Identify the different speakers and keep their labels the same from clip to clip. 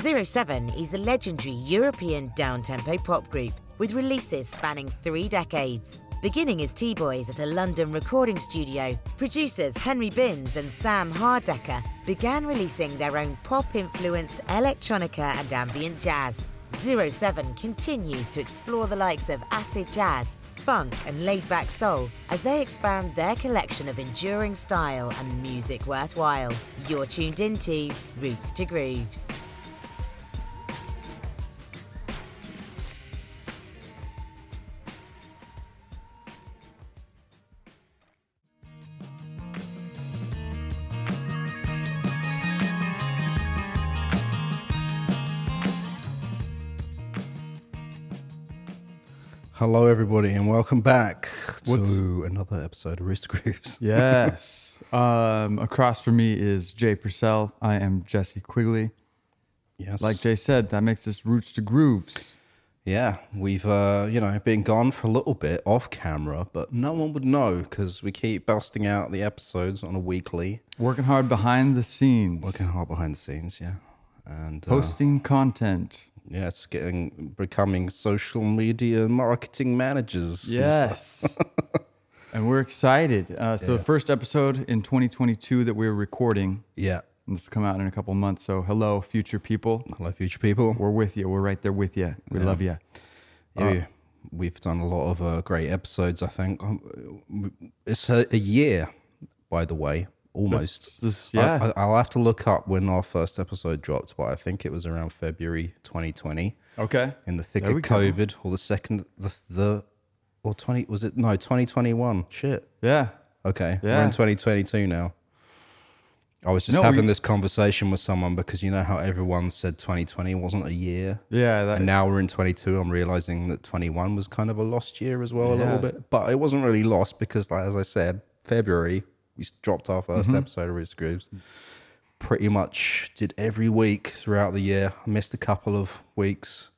Speaker 1: 07 is a legendary European downtempo pop group with releases spanning three decades. Beginning as T Boys at a London recording studio, producers Henry Binns and Sam Hardecker began releasing their own pop influenced electronica and ambient jazz. 07 continues to explore the likes of acid jazz, funk, and laid back soul as they expand their collection of enduring style and music worthwhile. You're tuned into Roots to Grooves.
Speaker 2: Hello, everybody, and welcome back
Speaker 3: What's-
Speaker 2: to another episode of Risk Groups.
Speaker 3: Yes. um, across from me is Jay Purcell. I am Jesse Quigley.
Speaker 2: Yes,
Speaker 3: Like Jay said, that makes us roots to grooves.
Speaker 2: yeah, we've uh, you know been gone for a little bit off camera, but no one would know because we keep busting out the episodes on a weekly,
Speaker 3: Working hard behind the scenes,
Speaker 2: working hard behind the scenes, yeah, and uh,
Speaker 3: posting content.
Speaker 2: yes, getting becoming social media marketing managers. and stuff.
Speaker 3: Yes. and we're excited. Uh, so the first episode in 2022 that we're recording,
Speaker 2: yeah.
Speaker 3: and this will come out in a couple months. So hello, future people.
Speaker 2: Hello, future people.
Speaker 3: We're with you. We're right there with you. We love you.
Speaker 2: Yeah, we- we've done a lot of uh, great episodes. I think Um, it's a, a year, by the way, almost.
Speaker 3: This-
Speaker 2: I-
Speaker 3: yeah.
Speaker 2: I, will have to look up when our first episode dropped, but I think it was around February 2020,
Speaker 3: okay.
Speaker 2: in the thick
Speaker 3: There
Speaker 2: of
Speaker 3: we go.
Speaker 2: COVID, or the second, the the or 20 was it? No, 2021. Shit.
Speaker 3: Yeah.
Speaker 2: Okay, we're
Speaker 3: Yeah.
Speaker 2: in 2022 now. I was just
Speaker 3: No,
Speaker 2: having
Speaker 3: we-
Speaker 2: this conversation with someone because you know how everyone said 2020 wasn't a year.
Speaker 3: Yeah. That,
Speaker 2: And now we're in 22. I'm realizing that 21 was kind of a lost year as well, a
Speaker 3: Yeah.
Speaker 2: little bit. But it wasn't really lost because, like, as I said, February, we s- dropped our
Speaker 3: Mm-hmm.
Speaker 2: 1st episode of Roots Grooves. Pretty much did every week throughout the year. I missed a couple of weeks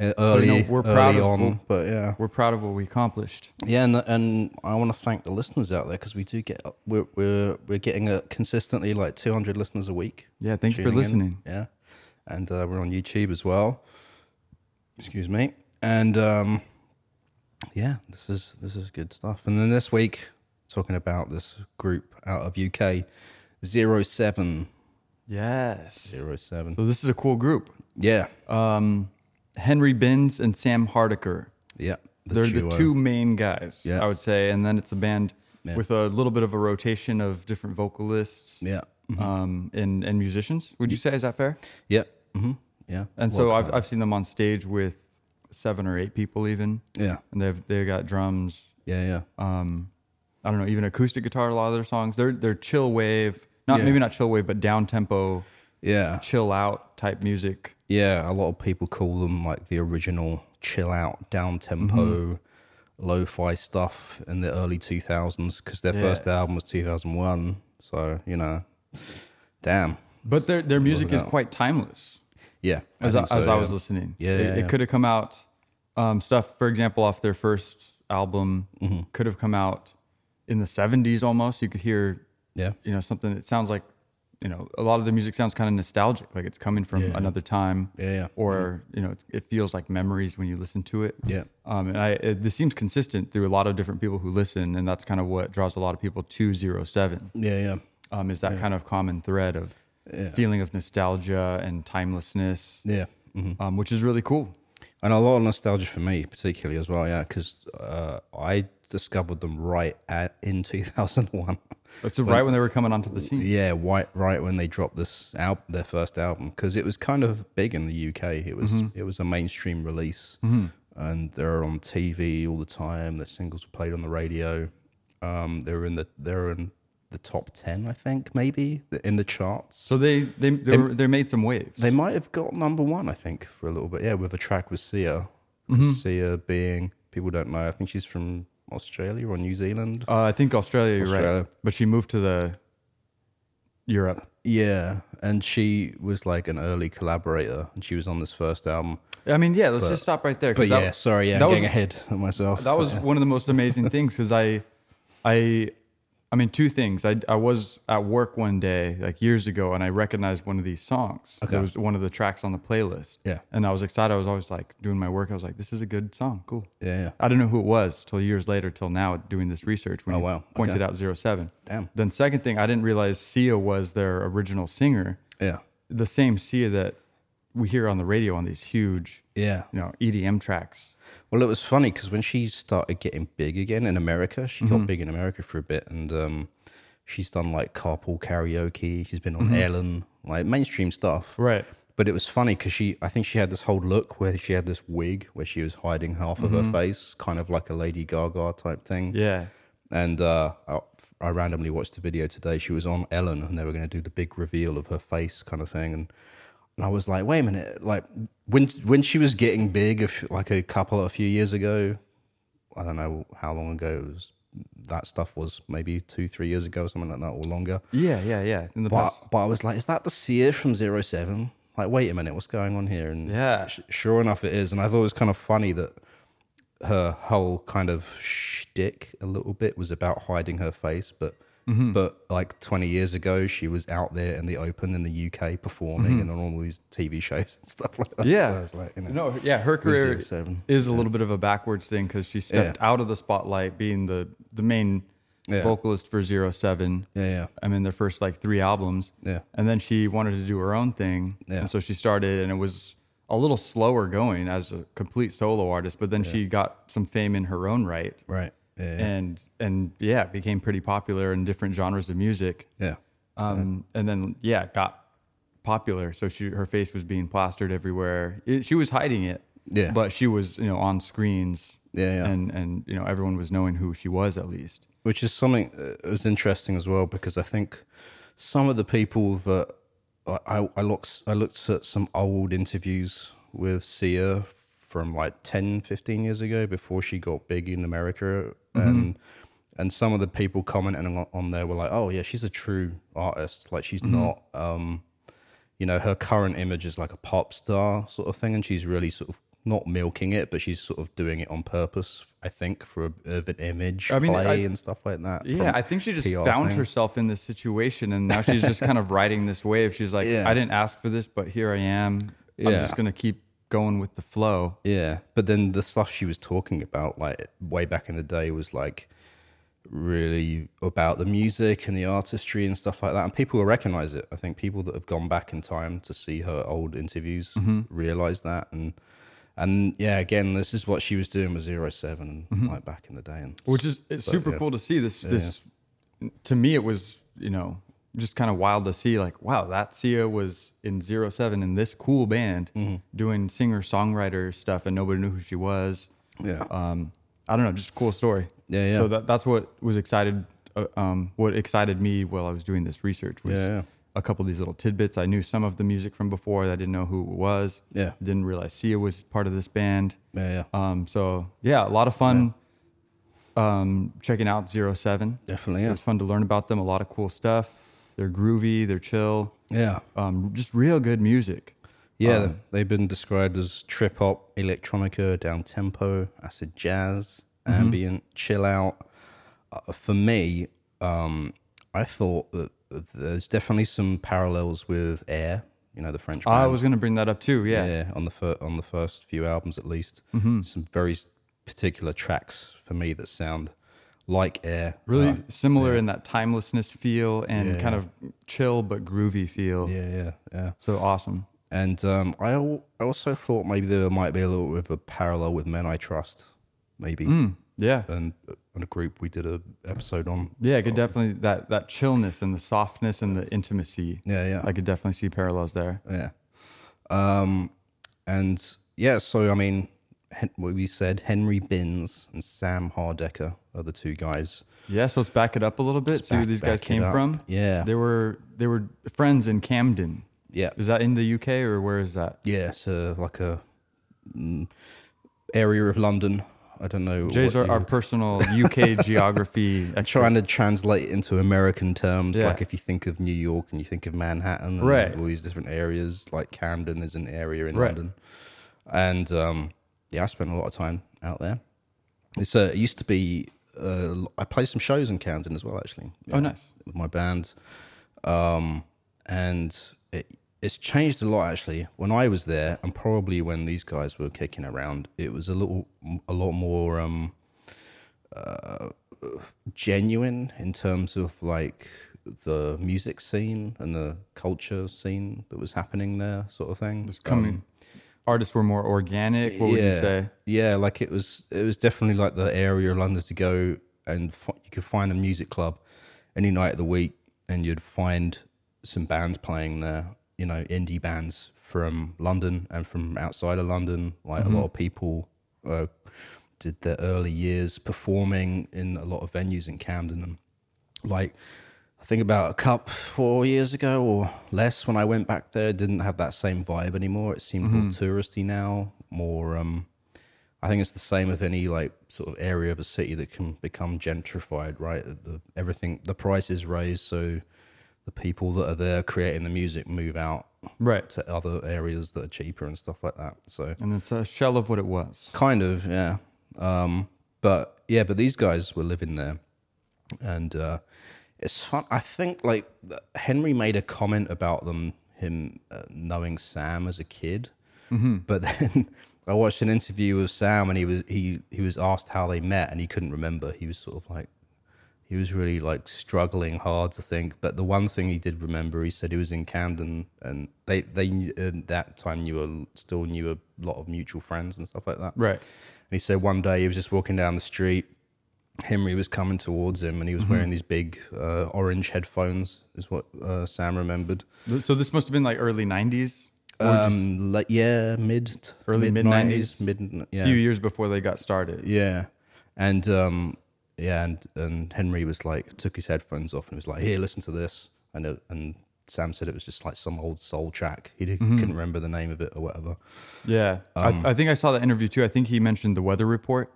Speaker 2: uh, early,
Speaker 3: you know, we're
Speaker 2: early
Speaker 3: proud of-
Speaker 2: on.
Speaker 3: we're-
Speaker 2: but yeah.
Speaker 3: we're proud of what we accomplished.
Speaker 2: Yeah, and and I want to thank the listeners out there because we do get we're we're we're getting a consistently like 200 listeners a week.
Speaker 3: Yeah, thank you for
Speaker 2: tuning in.
Speaker 3: listening.
Speaker 2: Yeah, and uh, we're on YouTube as well. Excuse me, and um, yeah, this is this is good stuff. And then this week, talking about this group out of UK, zero seven
Speaker 3: Yes.
Speaker 2: zero seven.
Speaker 3: So this is a cool group.
Speaker 2: Yeah,
Speaker 3: Um, Henry Binns and Sam Hardiker.
Speaker 2: yeah, the
Speaker 3: They're
Speaker 2: duo.
Speaker 3: the two main guys,
Speaker 2: Yeah.
Speaker 3: I would say. And then it's a band
Speaker 2: Yeah.
Speaker 3: with a little bit of a rotation of different vocalists
Speaker 2: Yeah,
Speaker 3: um, and, and musicians. Would you say, is that fair?
Speaker 2: yeah, hmm yeah.
Speaker 3: And
Speaker 2: Well, uh,
Speaker 3: so I've, I've seen them on stage with seven or eight people even.
Speaker 2: yeah,
Speaker 3: And they've, they've got drums.
Speaker 2: yeah, yeah.
Speaker 3: Um, I don't know, even acoustic guitar, a lot of their songs. They're, they're chill wave, not
Speaker 2: Yeah.
Speaker 3: maybe not chill wave, but down tempo,
Speaker 2: yeah.
Speaker 3: chill out type music.
Speaker 2: Yeah, a lot of people call them like the original chill out, down tempo,
Speaker 3: Mm-hmm.
Speaker 2: lo fi stuff in the early 2000s because their first album was 2001. So, you know, damn.
Speaker 3: But their their music is quite timeless.
Speaker 2: Yeah.
Speaker 3: As I,
Speaker 2: think so,
Speaker 3: as I
Speaker 2: yeah.
Speaker 3: was listening,
Speaker 2: Yeah,
Speaker 3: it,
Speaker 2: yeah, yeah.
Speaker 3: could have come out um, stuff. For example, off their first album,
Speaker 2: Mm-hmm.
Speaker 3: could have come out in the '70s almost. You could hear,
Speaker 2: Yeah.
Speaker 3: you know, something that sounds like, you know, a lot of the music sounds kind of nostalgic, like it's coming from another time.
Speaker 2: Yeah, yeah.
Speaker 3: Or you know, it, it feels like memories when you listen to it.
Speaker 2: Yeah.
Speaker 3: Um, and I, it, this seems consistent through a lot of different people who listen, and that's kind of what draws a lot of people to zero seven
Speaker 2: Yeah, yeah.
Speaker 3: um, is that kind of common thread of feeling of nostalgia and timelessness,
Speaker 2: Yeah. Mhm.
Speaker 3: um, which is really cool.
Speaker 2: And a lot of nostalgia for me, particularly as well. Yeah. Because uh, I discovered them right at, in 2001.
Speaker 3: Uh, So right when they were coming onto the scene,
Speaker 2: Yeah, white right when they dropped this out their first album because it was kind of big in the UK. It was
Speaker 3: Mm-hmm.
Speaker 2: it was a mainstream release, and they're on TV all the time. Their singles were played on the radio. Um, they were in the they're in the top ten, I think, maybe th- in the charts.
Speaker 3: so they they they, were, they made some waves.
Speaker 2: They might have got number one, I think, for a little bit. Yeah, with a track with Sia. 'Cause
Speaker 3: Mm-hmm.
Speaker 2: Sia being people don't know. I think she's from Australia or New Zealand.
Speaker 3: uh, I think Australia, you're right,
Speaker 2: Australia.
Speaker 3: but she moved to the Europe.
Speaker 2: Yeah, and she was like an early collaborator, and she was on this first album.
Speaker 3: I mean, yeah, let's just stop right there. 'cause
Speaker 2: But yeah,
Speaker 3: that-
Speaker 2: sorry, yeah,
Speaker 3: that
Speaker 2: I'm
Speaker 3: was-
Speaker 2: getting ahead of myself.
Speaker 3: that was one of the most amazing things because I, I, I mean, two things. I, I was at work one day, like years ago, and I recognized one of these songs.
Speaker 2: Okay.
Speaker 3: It was one of the tracks on the playlist.
Speaker 2: Yeah.
Speaker 3: And I was excited. I was always like doing my work. I was like, this is a good song. Cool.
Speaker 2: Yeah, yeah.
Speaker 3: I didn't know who it was till years later, till now doing this research when
Speaker 2: Oh,
Speaker 3: you
Speaker 2: wow.
Speaker 3: pointed
Speaker 2: Okay.
Speaker 3: out zero seven.
Speaker 2: Damn.
Speaker 3: Then, second thing, I didn't realize Sia was their original singer,
Speaker 2: Yeah.
Speaker 3: the same Sia that we hear on the radio on these huge,
Speaker 2: Yeah.
Speaker 3: you know, EDM tracks.
Speaker 2: Well, it was funny because when she started getting big again in America, she
Speaker 3: Mm-hmm.
Speaker 2: got big in America for a bit, and um, she's done like carpool karaoke. She's been on Ellen, like mainstream stuff.
Speaker 3: Mm-hmm. Right.
Speaker 2: But it was funny because she, I think she had this whole look where she had this wig where she was hiding half of
Speaker 3: Mm-hmm.
Speaker 2: her face, kind of like a Lady Gaga type thing.
Speaker 3: Yeah.
Speaker 2: And uh, I, I randomly watched a video today. She was on Ellen, and they were going to do the big reveal of her face, kind of thing. And and I was like, wait a minute, like when when she was getting big, if like a couple a few years ago, I don't know how long ago it was, that stuff was, maybe two three years ago, something like that, or longer.
Speaker 3: Yeah. Yeah. Yeah. In the
Speaker 2: But
Speaker 3: past.
Speaker 2: but I was like, is that the seer from Zero Seven? Like, wait a minute, what's going on here? And
Speaker 3: Yeah.
Speaker 2: sh- sure enough, it is. And I thought it was kind of funny that her whole kind of shtick a little bit was about hiding her face, but.
Speaker 3: Mm-hmm.
Speaker 2: But like 20 years ago, she was out there in the open in the UK performing and on all these TV shows and stuff like that.
Speaker 3: Mm-hmm. Yeah.
Speaker 2: So it's like, you know,
Speaker 3: No, yeah, her career
Speaker 2: 07.
Speaker 3: is a little bit of a backwards thing because she stepped out of the spotlight, being the the main
Speaker 2: Yeah.
Speaker 3: vocalist for Zero Seven.
Speaker 2: Yeah, yeah.
Speaker 3: I mean, their first like three albums.
Speaker 2: Yeah.
Speaker 3: and then she wanted to do her own thing.
Speaker 2: Yeah.
Speaker 3: and so she started, and it was a little slower going as a complete solo artist. But then she got some fame in her own right,
Speaker 2: Right. Yeah. Yeah.
Speaker 3: and and yeah, became pretty popular in different genres of music.
Speaker 2: yeah.
Speaker 3: Um, and then yeah, got popular. So she her face was being plastered everywhere. It, she was hiding it.
Speaker 2: Yeah.
Speaker 3: But she was you know on screens.
Speaker 2: Yeah, yeah.
Speaker 3: And and you know everyone was knowing who she was at least.
Speaker 2: which is something that was interesting as well because I think some of the people that I, I- I looked I looked at some old interviews with Sia from like 10 15 years ago before she got big in America and and some of the people commenting on, on there were like oh yeah she's a true artist like she's not um you know her current image is like a pop star sort of thing and she's really sort of not milking it but she's sort of doing it on purpose i think for a, of an image
Speaker 3: I mean,
Speaker 2: play
Speaker 3: I-
Speaker 2: and stuff like that
Speaker 3: Yeah,
Speaker 2: from
Speaker 3: I think she just
Speaker 2: PR
Speaker 3: found
Speaker 2: thing.
Speaker 3: herself in this situation, and now she's just kind of riding this wave. She's like,
Speaker 2: Yeah.
Speaker 3: I didn't ask for this, but here I am. I'm
Speaker 2: Yeah.
Speaker 3: just gonna keep going with the flow.
Speaker 2: yeah but then the stuff she was talking about like way back in the day was like really about the music and the artistry and stuff like that and people will recognize it i think people that have gone back in time to see her old interviews realize that and and yeah again this is what she was doing with zero seven like back in the day and
Speaker 3: which is it's super cool to see this this to me it was you know just kind of wild to see like wow that sia was in zero seven in this cool band
Speaker 2: Mm-hmm.
Speaker 3: doing singer songwriter stuff and nobody knew who she was
Speaker 2: yeah
Speaker 3: um i don't know just a cool story
Speaker 2: Yeah, yeah.
Speaker 3: so that, that's what was excited uh, um what excited me while i was doing this research was
Speaker 2: Yeah, yeah.
Speaker 3: a couple of these little tidbits i knew some of the music from before i didn't know who it was
Speaker 2: Yeah.
Speaker 3: didn't realize sia was part of this band
Speaker 2: yeah yeah
Speaker 3: um, so yeah, a lot of fun um, checking out Zero Seven.
Speaker 2: Definitely, yeah.
Speaker 3: It was fun to learn about them. A lot of cool stuff. They're groovy. They're chill.
Speaker 2: yeah
Speaker 3: Um, just real good music.
Speaker 2: Yeah,
Speaker 3: Um,
Speaker 2: they've been described as trip hop, electronica, down tempo, acid jazz,
Speaker 3: Mm-hmm.
Speaker 2: ambient, chill out. Uh, for me, um, I thought that there's definitely some parallels with Air, you know, the French band.
Speaker 3: I was gonna bring that up too. Oh, Yeah. Mm-hmm.
Speaker 2: Yeah, on the fir- on the first few albums at least, some very s- particular tracks for me that sound like Air.
Speaker 3: Really
Speaker 2: Uh,
Speaker 3: similar in that timelessness feel and kind of chill but groovy feel.
Speaker 2: yeah, yeah, yeah.
Speaker 3: So awesome.
Speaker 2: And um, I al- I also thought maybe there might be a little bit of a parallel with Men I Trust, maybe.
Speaker 3: Mm. Yeah.
Speaker 2: and and a group we did a episode on.
Speaker 3: Yeah, I could definitely that that chillness and the softness and the intimacy.
Speaker 2: Yeah, yeah.
Speaker 3: I could definitely see parallels there.
Speaker 2: Yeah. Um, and yeah, so I mean, Hen- what we said Henry Binns and Sam Hardecker are the two guys.
Speaker 3: Yeah, so let's back it up a little bit. See where
Speaker 2: back-
Speaker 3: these guys
Speaker 2: back it
Speaker 3: came
Speaker 2: up.
Speaker 3: from.
Speaker 2: Yeah.
Speaker 3: they were they were friends in Camden.
Speaker 2: Yeah,
Speaker 3: Is that in the UK or where is that?
Speaker 2: yeah. It's a, like a mm, area of London. I don't know.
Speaker 3: Jay's
Speaker 2: what
Speaker 3: our,
Speaker 2: you-
Speaker 3: our personal UK geography. expert.
Speaker 2: Trying to translate into American terms,
Speaker 3: Yeah.
Speaker 2: like if you think of New York and you think of Manhattan, and
Speaker 3: Right.
Speaker 2: all these different areas, like Camden is an area in
Speaker 3: Right.
Speaker 2: London. And um, yeah, I spent a lot of time out there. It's uh, it used to be uh, I played some shows in Camden as well, actually.
Speaker 3: Oh, nice.
Speaker 2: With my band, um, and it, it's changed a lot actually. When I was there, and probably when these guys were kicking around, it was a little, a lot more um, uh, genuine in terms of like the music scene and the culture scene that was happening there, sort of thing.
Speaker 3: Just coming. Artists were more organic. What would you say?
Speaker 2: um, Yeah, like it was. It was definitely like the area of London to go and f- you could find a music club any night of the week, and you'd find some bands playing there. You know, indie bands from London and from outside of London. Like
Speaker 3: Mm-hmm.
Speaker 2: a lot of people uh, did their early years performing in a lot of venues in Camden and like I think about a cup four years ago or less when I went back there, it didn't have that same vibe anymore. It seemed more touristy now, more um I think it's the same with any like sort of area of a city that can become gentrified, right? The, everything the price is raised, so the people that are there creating the music move out
Speaker 3: Right.
Speaker 2: to other areas that are cheaper and stuff like that. So
Speaker 3: And it's a shell of what it was.
Speaker 2: Kind of, yeah. Um, but yeah, but these guys were living there, and uh, it's fun. I think like th- Henry made a comment about them, him uh, knowing Sam as a kid, but then I watched an interview with Sam, and he was he he was asked how they met, and he couldn't remember. He was sort of like. He was really like struggling hard to think, but the one thing he did remember, he said he was in Camden, and they they knew- at that time you were still knew a lot of mutual friends and stuff like that.
Speaker 3: Right.
Speaker 2: And he said one day he was just walking down the street. Henry was coming towards him, and he was
Speaker 3: Mm-hmm.
Speaker 2: wearing these big uh, orange headphones. Is what uh, Sam remembered.
Speaker 3: Th- So this must have been like early 90s,
Speaker 2: Um, like, yeah, mid
Speaker 3: Early mid-nineties?
Speaker 2: mid
Speaker 3: a
Speaker 2: yeah,
Speaker 3: few years before they got started.
Speaker 2: yeah, and um, yeah, and and Henry was like took his headphones off and was like, "Here, listen to this," and it, and Sam said it was just like some old soul track. He did,
Speaker 3: Mm-hmm.
Speaker 2: couldn't remember the name of it or whatever.
Speaker 3: Yeah.
Speaker 2: Um,
Speaker 3: I, I think I saw that interview too. I think he mentioned the weather report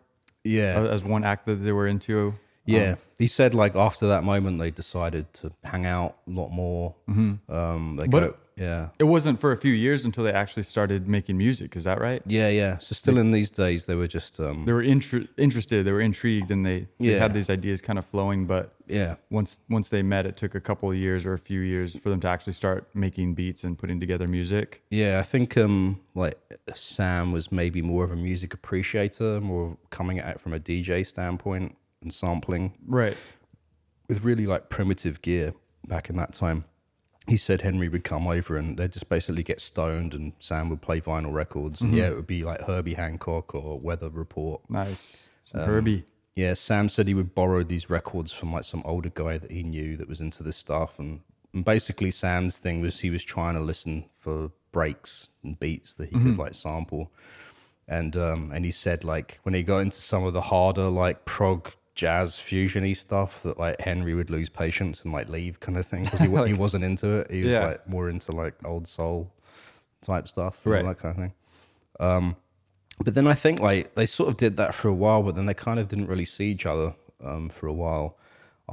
Speaker 2: Yeah,
Speaker 3: uh, as one act that they were into.
Speaker 2: Yeah, he said like after that moment they decided to hang out a lot more. Um, they
Speaker 3: But-
Speaker 2: go, yeah,
Speaker 3: It wasn't for a few years until they actually started making music. Is that right?
Speaker 2: yeah, yeah. So still in these days they were just um,
Speaker 3: They were intri- interested, they were intrigued, and they, they
Speaker 2: Yeah.
Speaker 3: had these ideas kind of flowing. But
Speaker 2: yeah,
Speaker 3: once once they met, it took a couple of years or a few years for them to actually start making beats and putting together music.
Speaker 2: yeah. I think um, like Sam was maybe more of a music appreciator, more coming at it from a DJ standpoint and sampling
Speaker 3: Right.
Speaker 2: with really like primitive gear back in that time. He said Henry would come over and they'd just basically get stoned and Sam would play vinyl records. And yeah, it would be like Herbie Hancock or Weather Report.
Speaker 3: Nice.
Speaker 2: Um,
Speaker 3: Some Herbie.
Speaker 2: Yeah, Sam said he would borrow these records from like some older guy that he knew that was into this stuff, and, and basically Sam's thing was he was trying to listen for breaks and beats that he could like sample, and um and he said like when he got into some of the harder like prog jazz fusiony stuff that like Henry would lose patience and like leave kind of thing because he, wa- he wasn't into it. He was
Speaker 3: Yeah.
Speaker 2: like more into like old soul type stuff, and
Speaker 3: Right.
Speaker 2: all that kind of thing. Um, But then I think like they sort of did that for a while, but then they kind of didn't really see each other um, for a while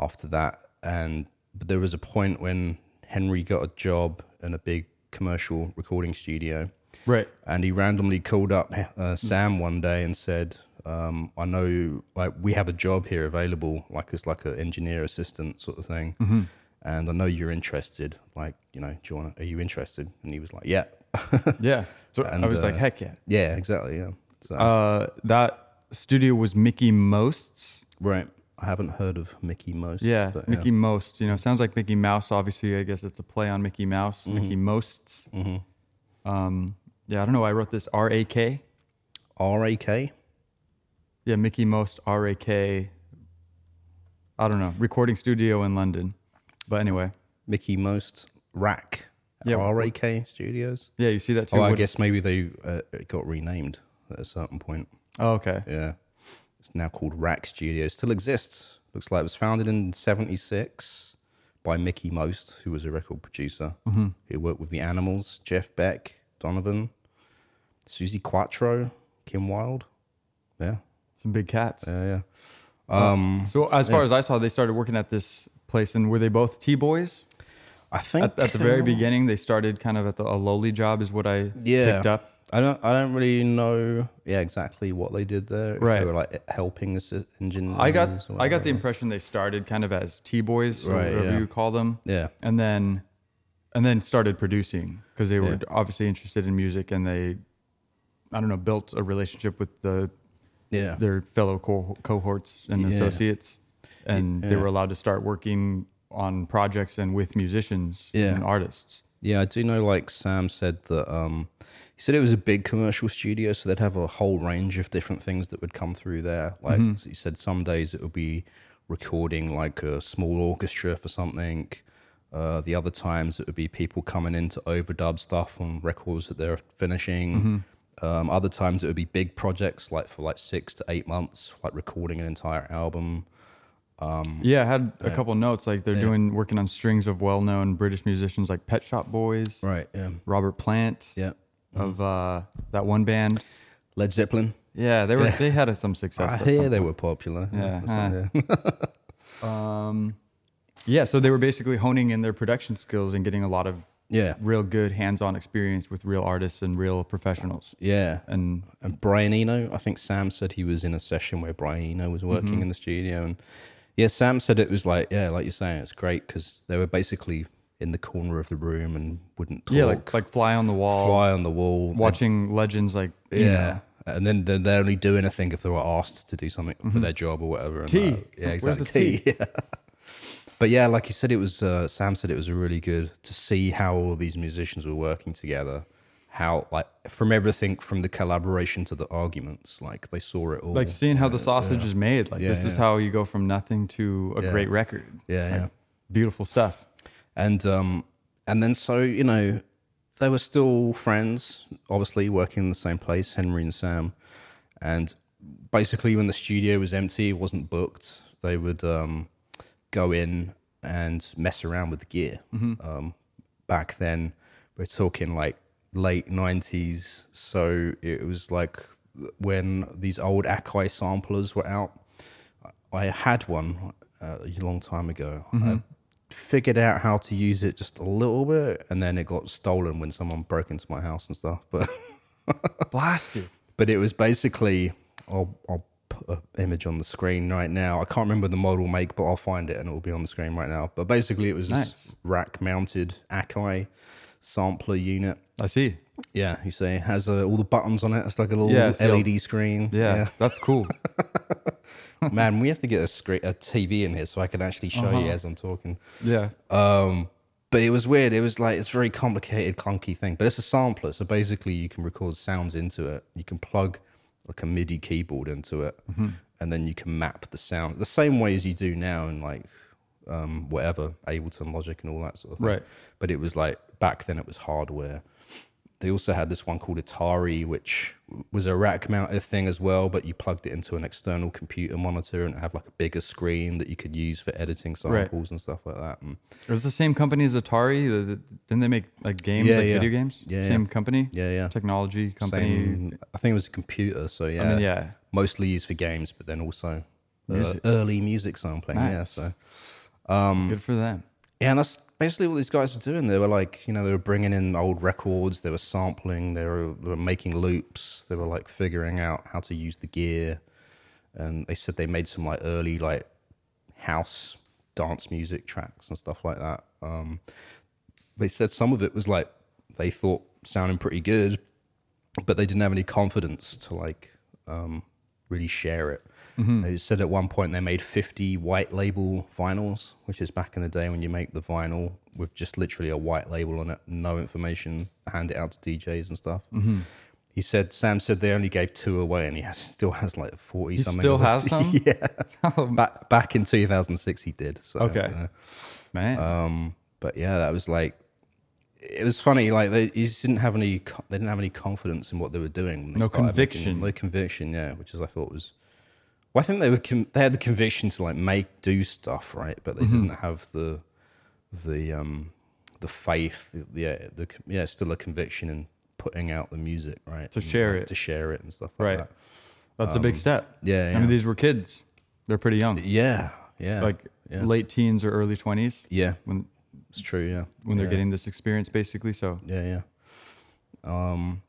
Speaker 2: after that. And but there was a point when Henry got a job in a big commercial recording studio,
Speaker 3: Right.
Speaker 2: and he randomly called up uh, Sam one day and said, um, "I know, like, we have a job here available, like it's like an engineer assistant sort of thing,
Speaker 3: Mm-hmm.
Speaker 2: and I know you're interested. Like, you know, do you want? Are you interested?" And he was like, "Yeah,
Speaker 3: Yeah. So I was like,
Speaker 2: uh,
Speaker 3: heck yeah.
Speaker 2: yeah, exactly, yeah." So,
Speaker 3: Uh, that studio was Mickey Most's.
Speaker 2: Right. I haven't heard of Mickey Most.
Speaker 3: Yeah,
Speaker 2: But
Speaker 3: Mickey Most. You know, sounds like Mickey Mouse. Obviously, I guess it's a play on Mickey Mouse. Mickey Most's. Um, yeah, I don't know. why I wrote this R A K.
Speaker 2: R A K.
Speaker 3: Yeah, Mickey Most R A K. I don't know. Recording studio in London. But anyway,
Speaker 2: Mickey Most Rack.
Speaker 3: Yeah, wh-
Speaker 2: R A K Studios.
Speaker 3: yeah, you see that too.
Speaker 2: Oh, I
Speaker 3: What-
Speaker 2: guess maybe they uh, it got renamed at a certain point.
Speaker 3: Oh, okay.
Speaker 2: Yeah. It's now called Rack Studio. Still exists. Looks like it was founded in 76 by Mickey Most, who was a record producer. Mm-hmm. He worked with The Animals, Jeff Beck, Donovan, Susie Quattro, Kim Wilde. Yeah.
Speaker 3: Some big cats.
Speaker 2: Yeah, yeah. Um,
Speaker 3: So as far as I saw, they started working at this place, and were they both T boys?
Speaker 2: I think
Speaker 3: At, at the very beginning, they started kind of at the, a lowly job, is what I
Speaker 2: Yeah.
Speaker 3: picked up.
Speaker 2: I don't. I don't really know. Yeah, exactly what they did there. If They
Speaker 3: Right.
Speaker 2: were like helping assi- engineers.
Speaker 3: I got
Speaker 2: or
Speaker 3: I got the
Speaker 2: whatever.
Speaker 3: impression they started kind of as T boys, or
Speaker 2: Right,
Speaker 3: whatever
Speaker 2: yeah.
Speaker 3: you call them.
Speaker 2: Yeah.
Speaker 3: And then and then started producing because they were
Speaker 2: Yeah.
Speaker 3: obviously interested in music and they I don't know, built a relationship with the
Speaker 2: Yeah.
Speaker 3: their fellow co- cohorts and
Speaker 2: Yeah.
Speaker 3: associates and
Speaker 2: Yeah.
Speaker 3: they were allowed to start working on projects and with musicians
Speaker 2: Yeah.
Speaker 3: and artists.
Speaker 2: Yeah, I do know. Like Sam said that um, he said it was a big commercial studio, so they'd have a whole range of different things that would come through there. Like he said, some days it would be recording like a small orchestra for something. Uh, the other times it would be people coming in to overdub stuff on records that they're finishing. Um, other times it would be big projects, like for like six to eight months, like recording an entire album.
Speaker 3: Yeah, I had a couple notes like they're doing working on strings of well-known British musicians like Pet Shop Boys,
Speaker 2: Right. Yeah.
Speaker 3: Robert Plant
Speaker 2: Yeah. Mm-hmm.
Speaker 3: of uh, that one band.
Speaker 2: Led Zeppelin.
Speaker 3: Yeah, they were. They had some success.
Speaker 2: I
Speaker 3: at
Speaker 2: hear
Speaker 3: some-
Speaker 2: they were popular.
Speaker 3: Yeah.
Speaker 2: that's what- yeah.
Speaker 3: yeah, so they were basically honing in their production skills and getting a lot of
Speaker 2: yeah.
Speaker 3: real good hands-on experience with real artists and real professionals.
Speaker 2: Yeah.
Speaker 3: And
Speaker 2: And Brian Eno, I think Sam said he was in a session where Brian Eno was working
Speaker 3: Mm-hmm.
Speaker 2: in the studio. And yeah, Sam said it was like, yeah, like you're saying, it's great because they were basically in the corner of the room and wouldn't talk.
Speaker 3: yeah, like like fly on the wall,
Speaker 2: fly on the wall.
Speaker 3: watching legends like
Speaker 2: They- yeah. And then they're, they only do anything if they were asked to do something for their job or whatever. And
Speaker 3: Mm-hmm. Tea.
Speaker 2: that- yeah,
Speaker 3: Where's
Speaker 2: exactly.
Speaker 3: the
Speaker 2: tea. Yeah. But yeah, like he said, it was, uh, Sam said it was really good to see how all these musicians were working together. How, like, from everything from the collaboration to the arguments, like they saw it all.
Speaker 3: like seeing how the sausage is made. Like
Speaker 2: Yeah,
Speaker 3: this is
Speaker 2: yeah.
Speaker 3: how you go from nothing to a
Speaker 2: Yeah.
Speaker 3: great record.
Speaker 2: Yeah, yeah.
Speaker 3: Beautiful stuff.
Speaker 2: And um and then so, you know, they were still friends, obviously working in the same place, Henry and Sam. And basically when the studio was empty, it wasn't booked, they would um go in and mess around with the gear. Um back then, we're talking like late 90s, so it was like when these old Akai samplers were out. I had one uh, a long time ago. I figured out how to use it just a little bit, and then it got stolen when someone broke into my house and stuff. But
Speaker 3: Blasted.
Speaker 2: but it was basically I'll, I'll put an image on the screen right now. I can't remember the model make, but I'll find it and it'll be on the screen right now. But basically, it was this
Speaker 3: Nice.
Speaker 2: rack-mounted Akai sampler unit.
Speaker 3: I see.
Speaker 2: Yeah, you see, it has uh, all the buttons on it. It's like a little
Speaker 3: Yeah, it's the old-
Speaker 2: LED screen.
Speaker 3: Yeah, that's cool.
Speaker 2: Man, we have to get a screen, a TV in here so I can actually show
Speaker 3: Uh-huh.
Speaker 2: you as I'm talking.
Speaker 3: yeah.
Speaker 2: Uh, But it was weird. It was like it's a very complicated, clunky thing. But it's a sampler, so basically you can record sounds into it. You can plug like a MIDI keyboard into it, and then you can map the sound the same way as you do now in like um, whatever Ableton Logic and all that sort of thing.
Speaker 3: Right.
Speaker 2: But it was like back then it was hardware. They also had this one called Atari, which was a rack mounted thing as well, but you plugged it into an external computer monitor and it had like a bigger screen that you could use for editing samples and stuff like that. And
Speaker 3: It was the same company as Atari. The, the, didn't they make like games,
Speaker 2: Yeah,
Speaker 3: like
Speaker 2: yeah.
Speaker 3: video games?
Speaker 2: Yeah,
Speaker 3: Same
Speaker 2: yeah.
Speaker 3: company.
Speaker 2: Yeah, yeah.
Speaker 3: Technology company.
Speaker 2: Same, I think it was a computer, so yeah,
Speaker 3: mean, yeah.
Speaker 2: mostly used for games, but then also uh,
Speaker 3: Music.
Speaker 2: early music sampling. Yeah,
Speaker 3: Nice.
Speaker 2: so Mm-hmm.
Speaker 3: Good for them.
Speaker 2: yeah, and that's basically what these guys were doing. They were like, you know, they were bringing in old records, they were sampling, they were, they were making loops, they were like figuring out how to use the gear, and they said they made some like early like house dance music tracks and stuff like that. Um, they said some of it was like they thought sounding pretty good, but they didn't have any confidence to like um, really share it.
Speaker 3: Mm-hmm.
Speaker 2: They said at one point they made 50 white label vinyls, which is back in the day when you make the vinyl with just literally a white label on it, no information, hand it out to DJs and stuff.
Speaker 3: Mm-hmm.
Speaker 2: He said, Sam said they only gave two away and he has, still has like 40
Speaker 3: He
Speaker 2: something.
Speaker 3: still
Speaker 2: of them.
Speaker 3: has some.
Speaker 2: yeah. back, back in 2006 he did. So,
Speaker 3: Okay.
Speaker 2: uh,
Speaker 3: Man.
Speaker 2: um, but yeah, that was like it was funny. Like they you just didn't have any co- they didn't have any confidence in what they were doing. When they
Speaker 3: No
Speaker 2: started making-
Speaker 3: conviction.
Speaker 2: no conviction. Yeah, which is I thought was. Well, I think they were con- they had the conviction to like make do stuff right, but they
Speaker 3: Mm-hmm.
Speaker 2: didn't have the the um the faith. The, yeah, the con- yeah, still a conviction in putting out the music right
Speaker 3: To
Speaker 2: and,
Speaker 3: share
Speaker 2: like,
Speaker 3: it.
Speaker 2: to share it and stuff like
Speaker 3: right.
Speaker 2: that.
Speaker 3: That's a big step.
Speaker 2: uh, um, yeah,
Speaker 3: I
Speaker 2: yeah.
Speaker 3: mean, these were kids. They're pretty young.
Speaker 2: Yeah, yeah,
Speaker 3: like
Speaker 2: yeah,
Speaker 3: late teens or early 20s
Speaker 2: yeah,
Speaker 3: when
Speaker 2: it's true. Yeah,
Speaker 3: when they're
Speaker 2: Yeah.
Speaker 3: getting this experience basically so
Speaker 2: Yeah, yeah. Um,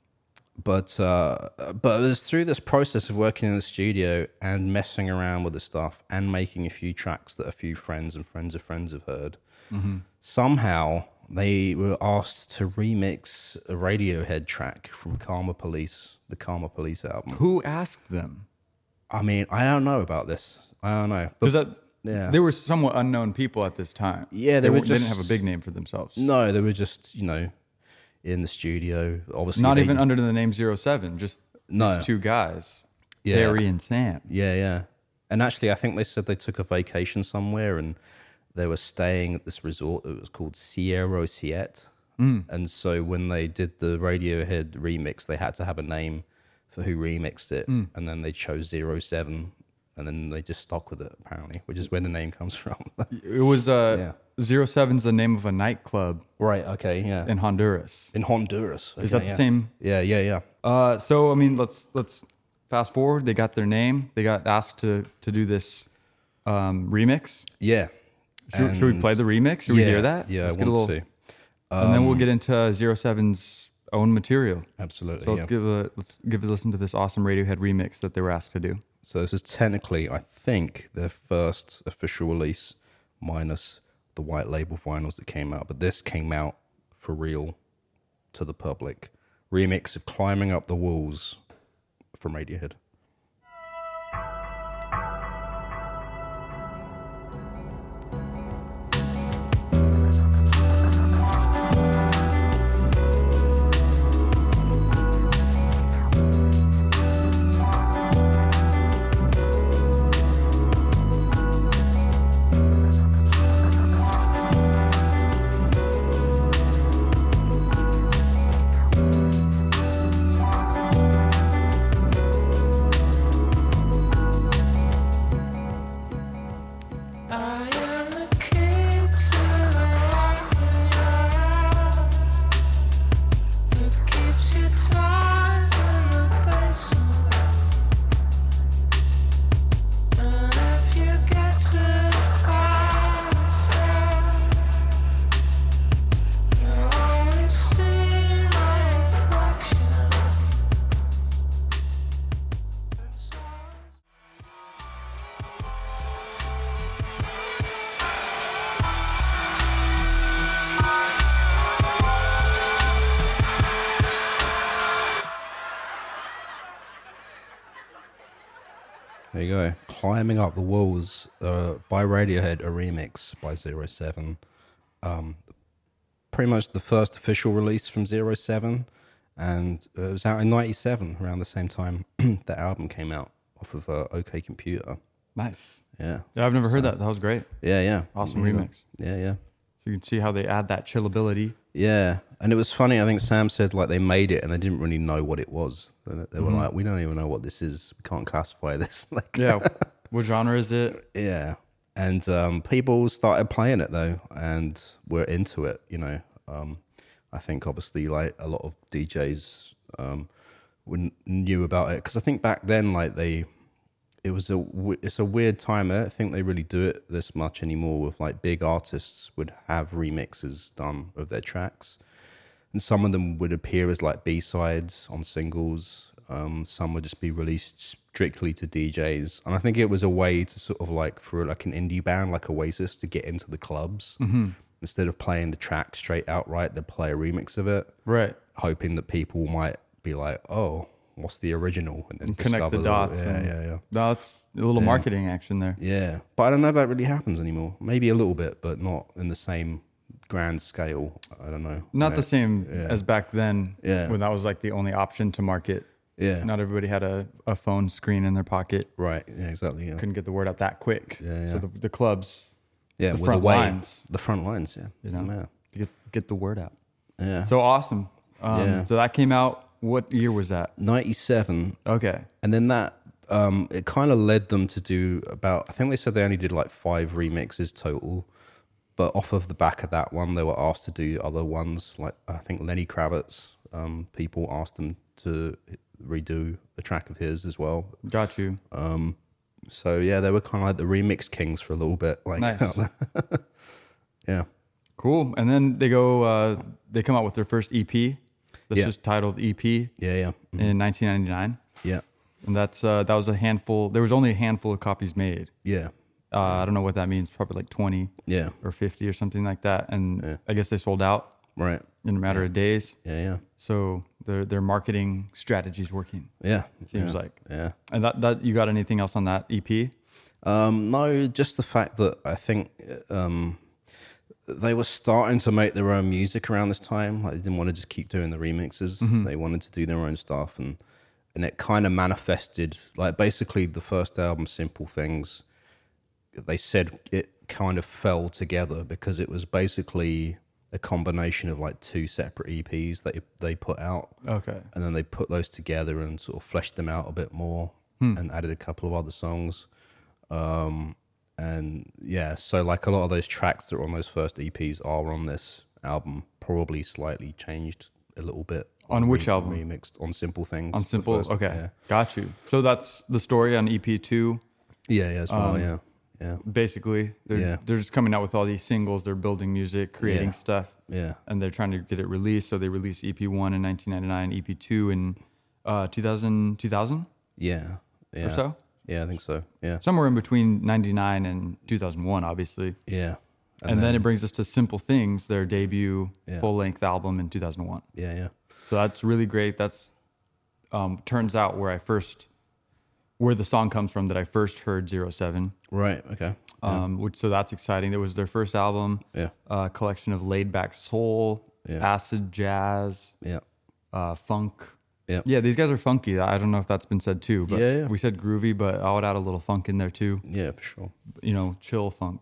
Speaker 2: but uh, but it was through this process of working in the studio and messing around with the stuff and making a few tracks that a few friends and friends of friends have heard.
Speaker 3: Mm-hmm.
Speaker 2: Somehow they were asked to remix a Radiohead track from Karma Police, the Karma Police album.
Speaker 3: Who asked them?
Speaker 2: I mean, I don't know about this. I don't know. But
Speaker 3: Because that
Speaker 2: Yeah.
Speaker 3: they were somewhat unknown people at this time.
Speaker 2: Yeah, they were
Speaker 3: weren't- didn't have a
Speaker 2: just-
Speaker 3: big name for themselves.
Speaker 2: no, they were just you know in the studio. Obviously,
Speaker 3: Not
Speaker 2: they-
Speaker 3: even under the name 07, just
Speaker 2: No.
Speaker 3: these two guys,
Speaker 2: Yeah.
Speaker 3: Barry and Sam.
Speaker 2: Yeah, yeah. And actually, I think they said they took a vacation somewhere and they were staying at this resort that was called Sierra Siet.
Speaker 3: Hmm.
Speaker 2: Mm. And so when they did the Radiohead remix, they had to have a name for who remixed it.
Speaker 3: Hmm.
Speaker 2: And then they chose Zero Seven. And then they just stuck with it, apparently, which is where the name comes from.
Speaker 3: It was uh, 07's the name of a nightclub
Speaker 2: right. Okay. Yeah. In,
Speaker 3: in Honduras.
Speaker 2: Honduras.
Speaker 3: Is
Speaker 2: okay,
Speaker 3: that the
Speaker 2: yeah.
Speaker 3: same?
Speaker 2: Yeah. Yeah. Yeah.
Speaker 3: Uh, so I mean, let's let's fast forward. They got their name. They got asked to to do this um, remix.
Speaker 2: Yeah.
Speaker 3: Should, should we play the remix? Should we
Speaker 2: yeah,
Speaker 3: hear that?
Speaker 2: Yeah.
Speaker 3: Let's
Speaker 2: I
Speaker 3: get a
Speaker 2: want
Speaker 3: little-
Speaker 2: to. Um,
Speaker 3: and then we'll get into Zero Seven's own material.
Speaker 2: Absolutely.
Speaker 3: So let's
Speaker 2: yeah.
Speaker 3: give a let's give a listen to this awesome Radiohead remix that they were asked to do.
Speaker 2: So this is technically, I think, their first official release, minus the white label vinyls that came out. But this came out for real to the public. Remix of "Climbing Up the Walls" from Radiohead.
Speaker 4: I am the king surrounding your house. Who keeps your toys in the basement? And if you get too far inside, you only see my reflection.
Speaker 2: There you go. "Climbing Up the Walls" uh, by Radiohead, a remix by Zero Seven. Um, pretty much the first official release from Zero Seven, and uh, it was out in '97, around the same time that album came out off of uh, OK Computer.
Speaker 3: Nice.
Speaker 2: Yeah.
Speaker 3: Yeah, I've never heard that. That was great.
Speaker 2: Yeah, yeah.
Speaker 3: Awesome
Speaker 2: Yeah.
Speaker 3: remix.
Speaker 2: Yeah, yeah.
Speaker 3: So you can see how they add that chillability.
Speaker 2: Yeah. And it was funny. I think Sam said like they made it and they didn't really know what it was. They they were like, we don't even know what this is. We can't classify this. like,
Speaker 3: Mm-hmm. Yeah. what genre is it?
Speaker 2: yeah. And um, people started playing it though and were into it, you know. Um, I think obviously like a lot of DJs um, wouldn't, knew about it because I think back then like they it was a w- it's a weird time. I don't think they really do it this much anymore. With like big artists would have remixes done of their tracks, and some of them would appear as like B sides on singles. Um, some would just be released strictly to DJs, and I think it was a way to sort of like for like an indie band like Oasis to get into the clubs instead of playing the track straight outright. They'd play a remix of it,
Speaker 3: Right.
Speaker 2: hoping that people might be like, "Oh, what's the original?" and then
Speaker 3: Connect
Speaker 2: discover
Speaker 3: the dots.
Speaker 2: Yeah,
Speaker 3: and-
Speaker 2: yeah, yeah.
Speaker 3: No, it's a little marketing action there.
Speaker 2: Yeah, but I don't know if that really happens anymore. Maybe a little bit, but not in the same grand scale. I don't know.
Speaker 3: Not
Speaker 2: Yeah.
Speaker 3: the same as back then
Speaker 2: Yeah.
Speaker 3: when that was like the only option to market.
Speaker 2: Yeah.
Speaker 3: Not everybody had a, a phone screen in their pocket.
Speaker 2: right. Yeah, exactly. Yeah,
Speaker 3: Couldn't get the word out that quick.
Speaker 2: Yeah,
Speaker 3: So
Speaker 2: yeah.
Speaker 3: the, the clubs,
Speaker 2: yeah
Speaker 3: the
Speaker 2: with
Speaker 3: front
Speaker 2: the way,
Speaker 3: lines.
Speaker 2: the front lines. Yeah,
Speaker 3: you know,
Speaker 2: yeah.
Speaker 3: get, get the word out.
Speaker 2: Yeah.
Speaker 3: So awesome. Um,
Speaker 2: Yeah.
Speaker 3: So that came out. What year was that?
Speaker 2: ninety-seven,
Speaker 3: Okay.
Speaker 2: and then that um, it kind of led them to do about. I think they said they only did like five remixes total, but off of the back of that one, they were asked to do other ones. Like I think Lenny Kravitz, um, people asked them to redo a track of his as well
Speaker 3: Got you.
Speaker 2: So yeah, they were kind of like the remix kings for a little bit. Like,
Speaker 3: Nice.
Speaker 2: yeah,
Speaker 3: cool. And then they go, uh, they come out with their first EP. This
Speaker 2: Yeah.
Speaker 3: is titled EP
Speaker 2: Yeah, yeah, Mhm.
Speaker 3: in 1999,
Speaker 2: yeah,
Speaker 3: and that's uh, that was a handful. There was only a handful of copies made.
Speaker 2: yeah,
Speaker 3: Uh, I don't know what that means. Probably like 20
Speaker 2: yeah.
Speaker 3: or 50 or something like that. And I guess they sold out
Speaker 2: Right.
Speaker 3: in a matter of days.
Speaker 2: Yeah, yeah,
Speaker 3: So their their marketing strategy's working.
Speaker 2: yeah.
Speaker 3: Seems
Speaker 2: yeah.
Speaker 3: like.
Speaker 2: yeah.
Speaker 3: And that that you got anything else on that E EP?
Speaker 2: Um, no, just the fact that I think um, they were starting to make their own music around this time. Like they didn't want to just keep doing the remixes. They wanted to do their own stuff, and and it kind of manifested. Like basically, the first album, Simple Things, they said it kind of fell together because it was basically a combination of like two separate EPs that they put out
Speaker 3: Okay.
Speaker 2: and then they put those together and sort of fleshed them out a bit more
Speaker 3: Hmm.
Speaker 2: and added a couple of other songs um and yeah so like a lot of those tracks that are on those first eps are on this album probably slightly changed a little bit
Speaker 3: On which album?
Speaker 2: remixed on simple things
Speaker 3: On
Speaker 2: the
Speaker 3: simple.
Speaker 2: first-
Speaker 3: okay.
Speaker 2: yeah
Speaker 3: Got you. So that's the story on EP two.
Speaker 2: yeah, yeah as well
Speaker 3: Um,
Speaker 2: yeah yeah
Speaker 3: Basically, they're
Speaker 2: Yeah.
Speaker 3: they're just coming out with all these singles. They're building music, creating
Speaker 2: Yeah.
Speaker 3: stuff,
Speaker 2: yeah
Speaker 3: and they're trying to get it released. So they released EP one in 1999, EP two in uh, 2000, 2000
Speaker 2: yeah yeah
Speaker 3: or so,
Speaker 2: yeah i think so yeah
Speaker 3: somewhere in between 99 and 2001, obviously.
Speaker 2: yeah
Speaker 3: and, then, it brings us to Simple Things, their debut
Speaker 2: Yeah.
Speaker 3: full length album in 2001.
Speaker 2: yeah yeah
Speaker 3: So that's really great. That's um, turns out where I first, where the song comes from that I first heard Zero Seven.
Speaker 2: right okay
Speaker 3: Um, which so that's exciting. That was their first album.
Speaker 2: Yeah.
Speaker 3: Uh, collection of laid back soul, acid jazz,
Speaker 2: yeah
Speaker 3: uh, funk.
Speaker 2: Yeah.
Speaker 3: Yeah, these guys are funky. I don't know if that's been said too, but
Speaker 2: Yeah, yeah.
Speaker 3: we said groovy, but I would add a little funk in there too
Speaker 2: yeah for sure
Speaker 3: you know, chill funk.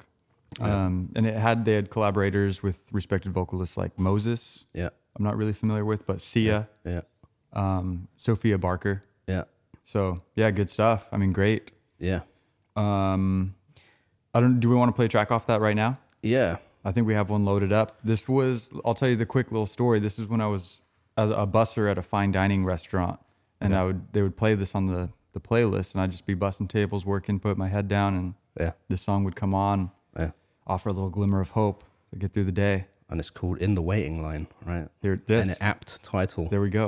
Speaker 3: Um, and it had they had collaborators with respected vocalists like Moses.
Speaker 2: yeah
Speaker 3: I'm not really familiar with, but Sia,
Speaker 2: yeah
Speaker 3: um, Sophia Barker.
Speaker 2: yeah
Speaker 3: So yeah, good stuff. I mean, great.
Speaker 2: yeah
Speaker 3: Um, I don't. Do we want to play a track off that right now?
Speaker 2: yeah
Speaker 3: I think we have one loaded up. This was. I'll tell you the quick little story. This is when I was as a busser at a fine dining restaurant, and I would they would play this on the the playlist, and I'd just be bussing tables, working, put my head down, and
Speaker 2: yeah
Speaker 3: this song would come on
Speaker 2: yeah
Speaker 3: offer a little glimmer of hope to get through the day.
Speaker 2: and it's called In the Waiting Line, right?
Speaker 3: Here it is.
Speaker 2: An apt title.
Speaker 3: There we go.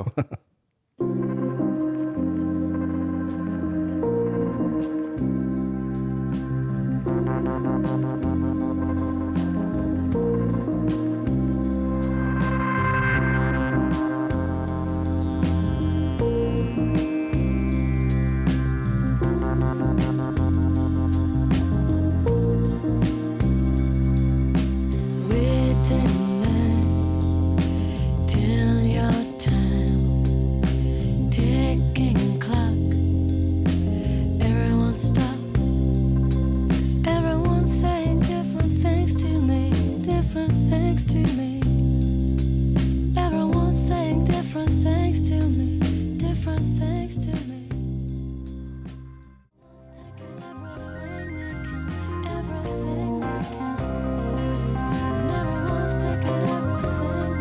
Speaker 5: Waiting line till your time, ticking clock. Everyone stop, 'cause everyone's saying different things to me, different things to me. Everyone's saying different things to me, different things to me. Everything they can, everything they can. Everyone's taking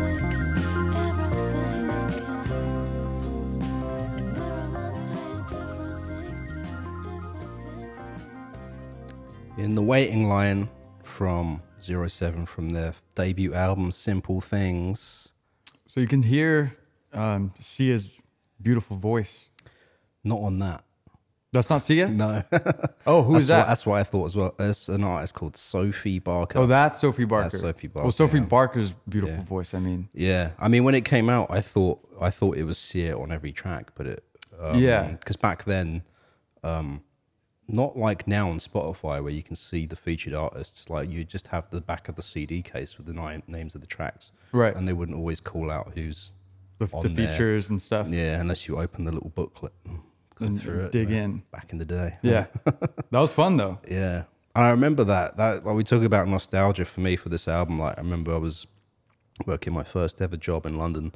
Speaker 5: everything they can, everything they can. And everyone's saying different things to me, different things to me.
Speaker 2: In the Waiting Line from 07 from their debut album Simple Things.
Speaker 3: so you can hear um, Sia's beautiful voice.
Speaker 2: Not on that.
Speaker 3: That's not Sia?
Speaker 2: No.
Speaker 3: Oh, who
Speaker 2: that's
Speaker 3: is that?
Speaker 2: What, that's what I thought as well. It's an artist called Sophie Barker.
Speaker 3: oh, that's Sophie Barker.
Speaker 2: That's Sophie Barker,
Speaker 3: Well, Sophie
Speaker 2: yeah.
Speaker 3: Barker's beautiful voice. I mean,
Speaker 2: Yeah. I mean when it came out I thought I thought it was Sia on every track, but it um,
Speaker 3: Yeah.
Speaker 2: Because back then, um, not like now on Spotify where you can see the featured artists. Like you just have the back of the CD case with the ni- names of the tracks,
Speaker 3: Right.
Speaker 2: And they wouldn't always call out who's
Speaker 3: the, the
Speaker 2: on there.
Speaker 3: features and stuff.
Speaker 2: yeah, unless you open the little booklet, and go
Speaker 3: And
Speaker 2: through it.
Speaker 3: dig
Speaker 2: but
Speaker 3: in.
Speaker 2: Back in the day,
Speaker 3: Yeah. that was fun, though.
Speaker 2: yeah. And I remember that. That like we talk about nostalgia for me for this album. Like I remember I was working my first ever job in London,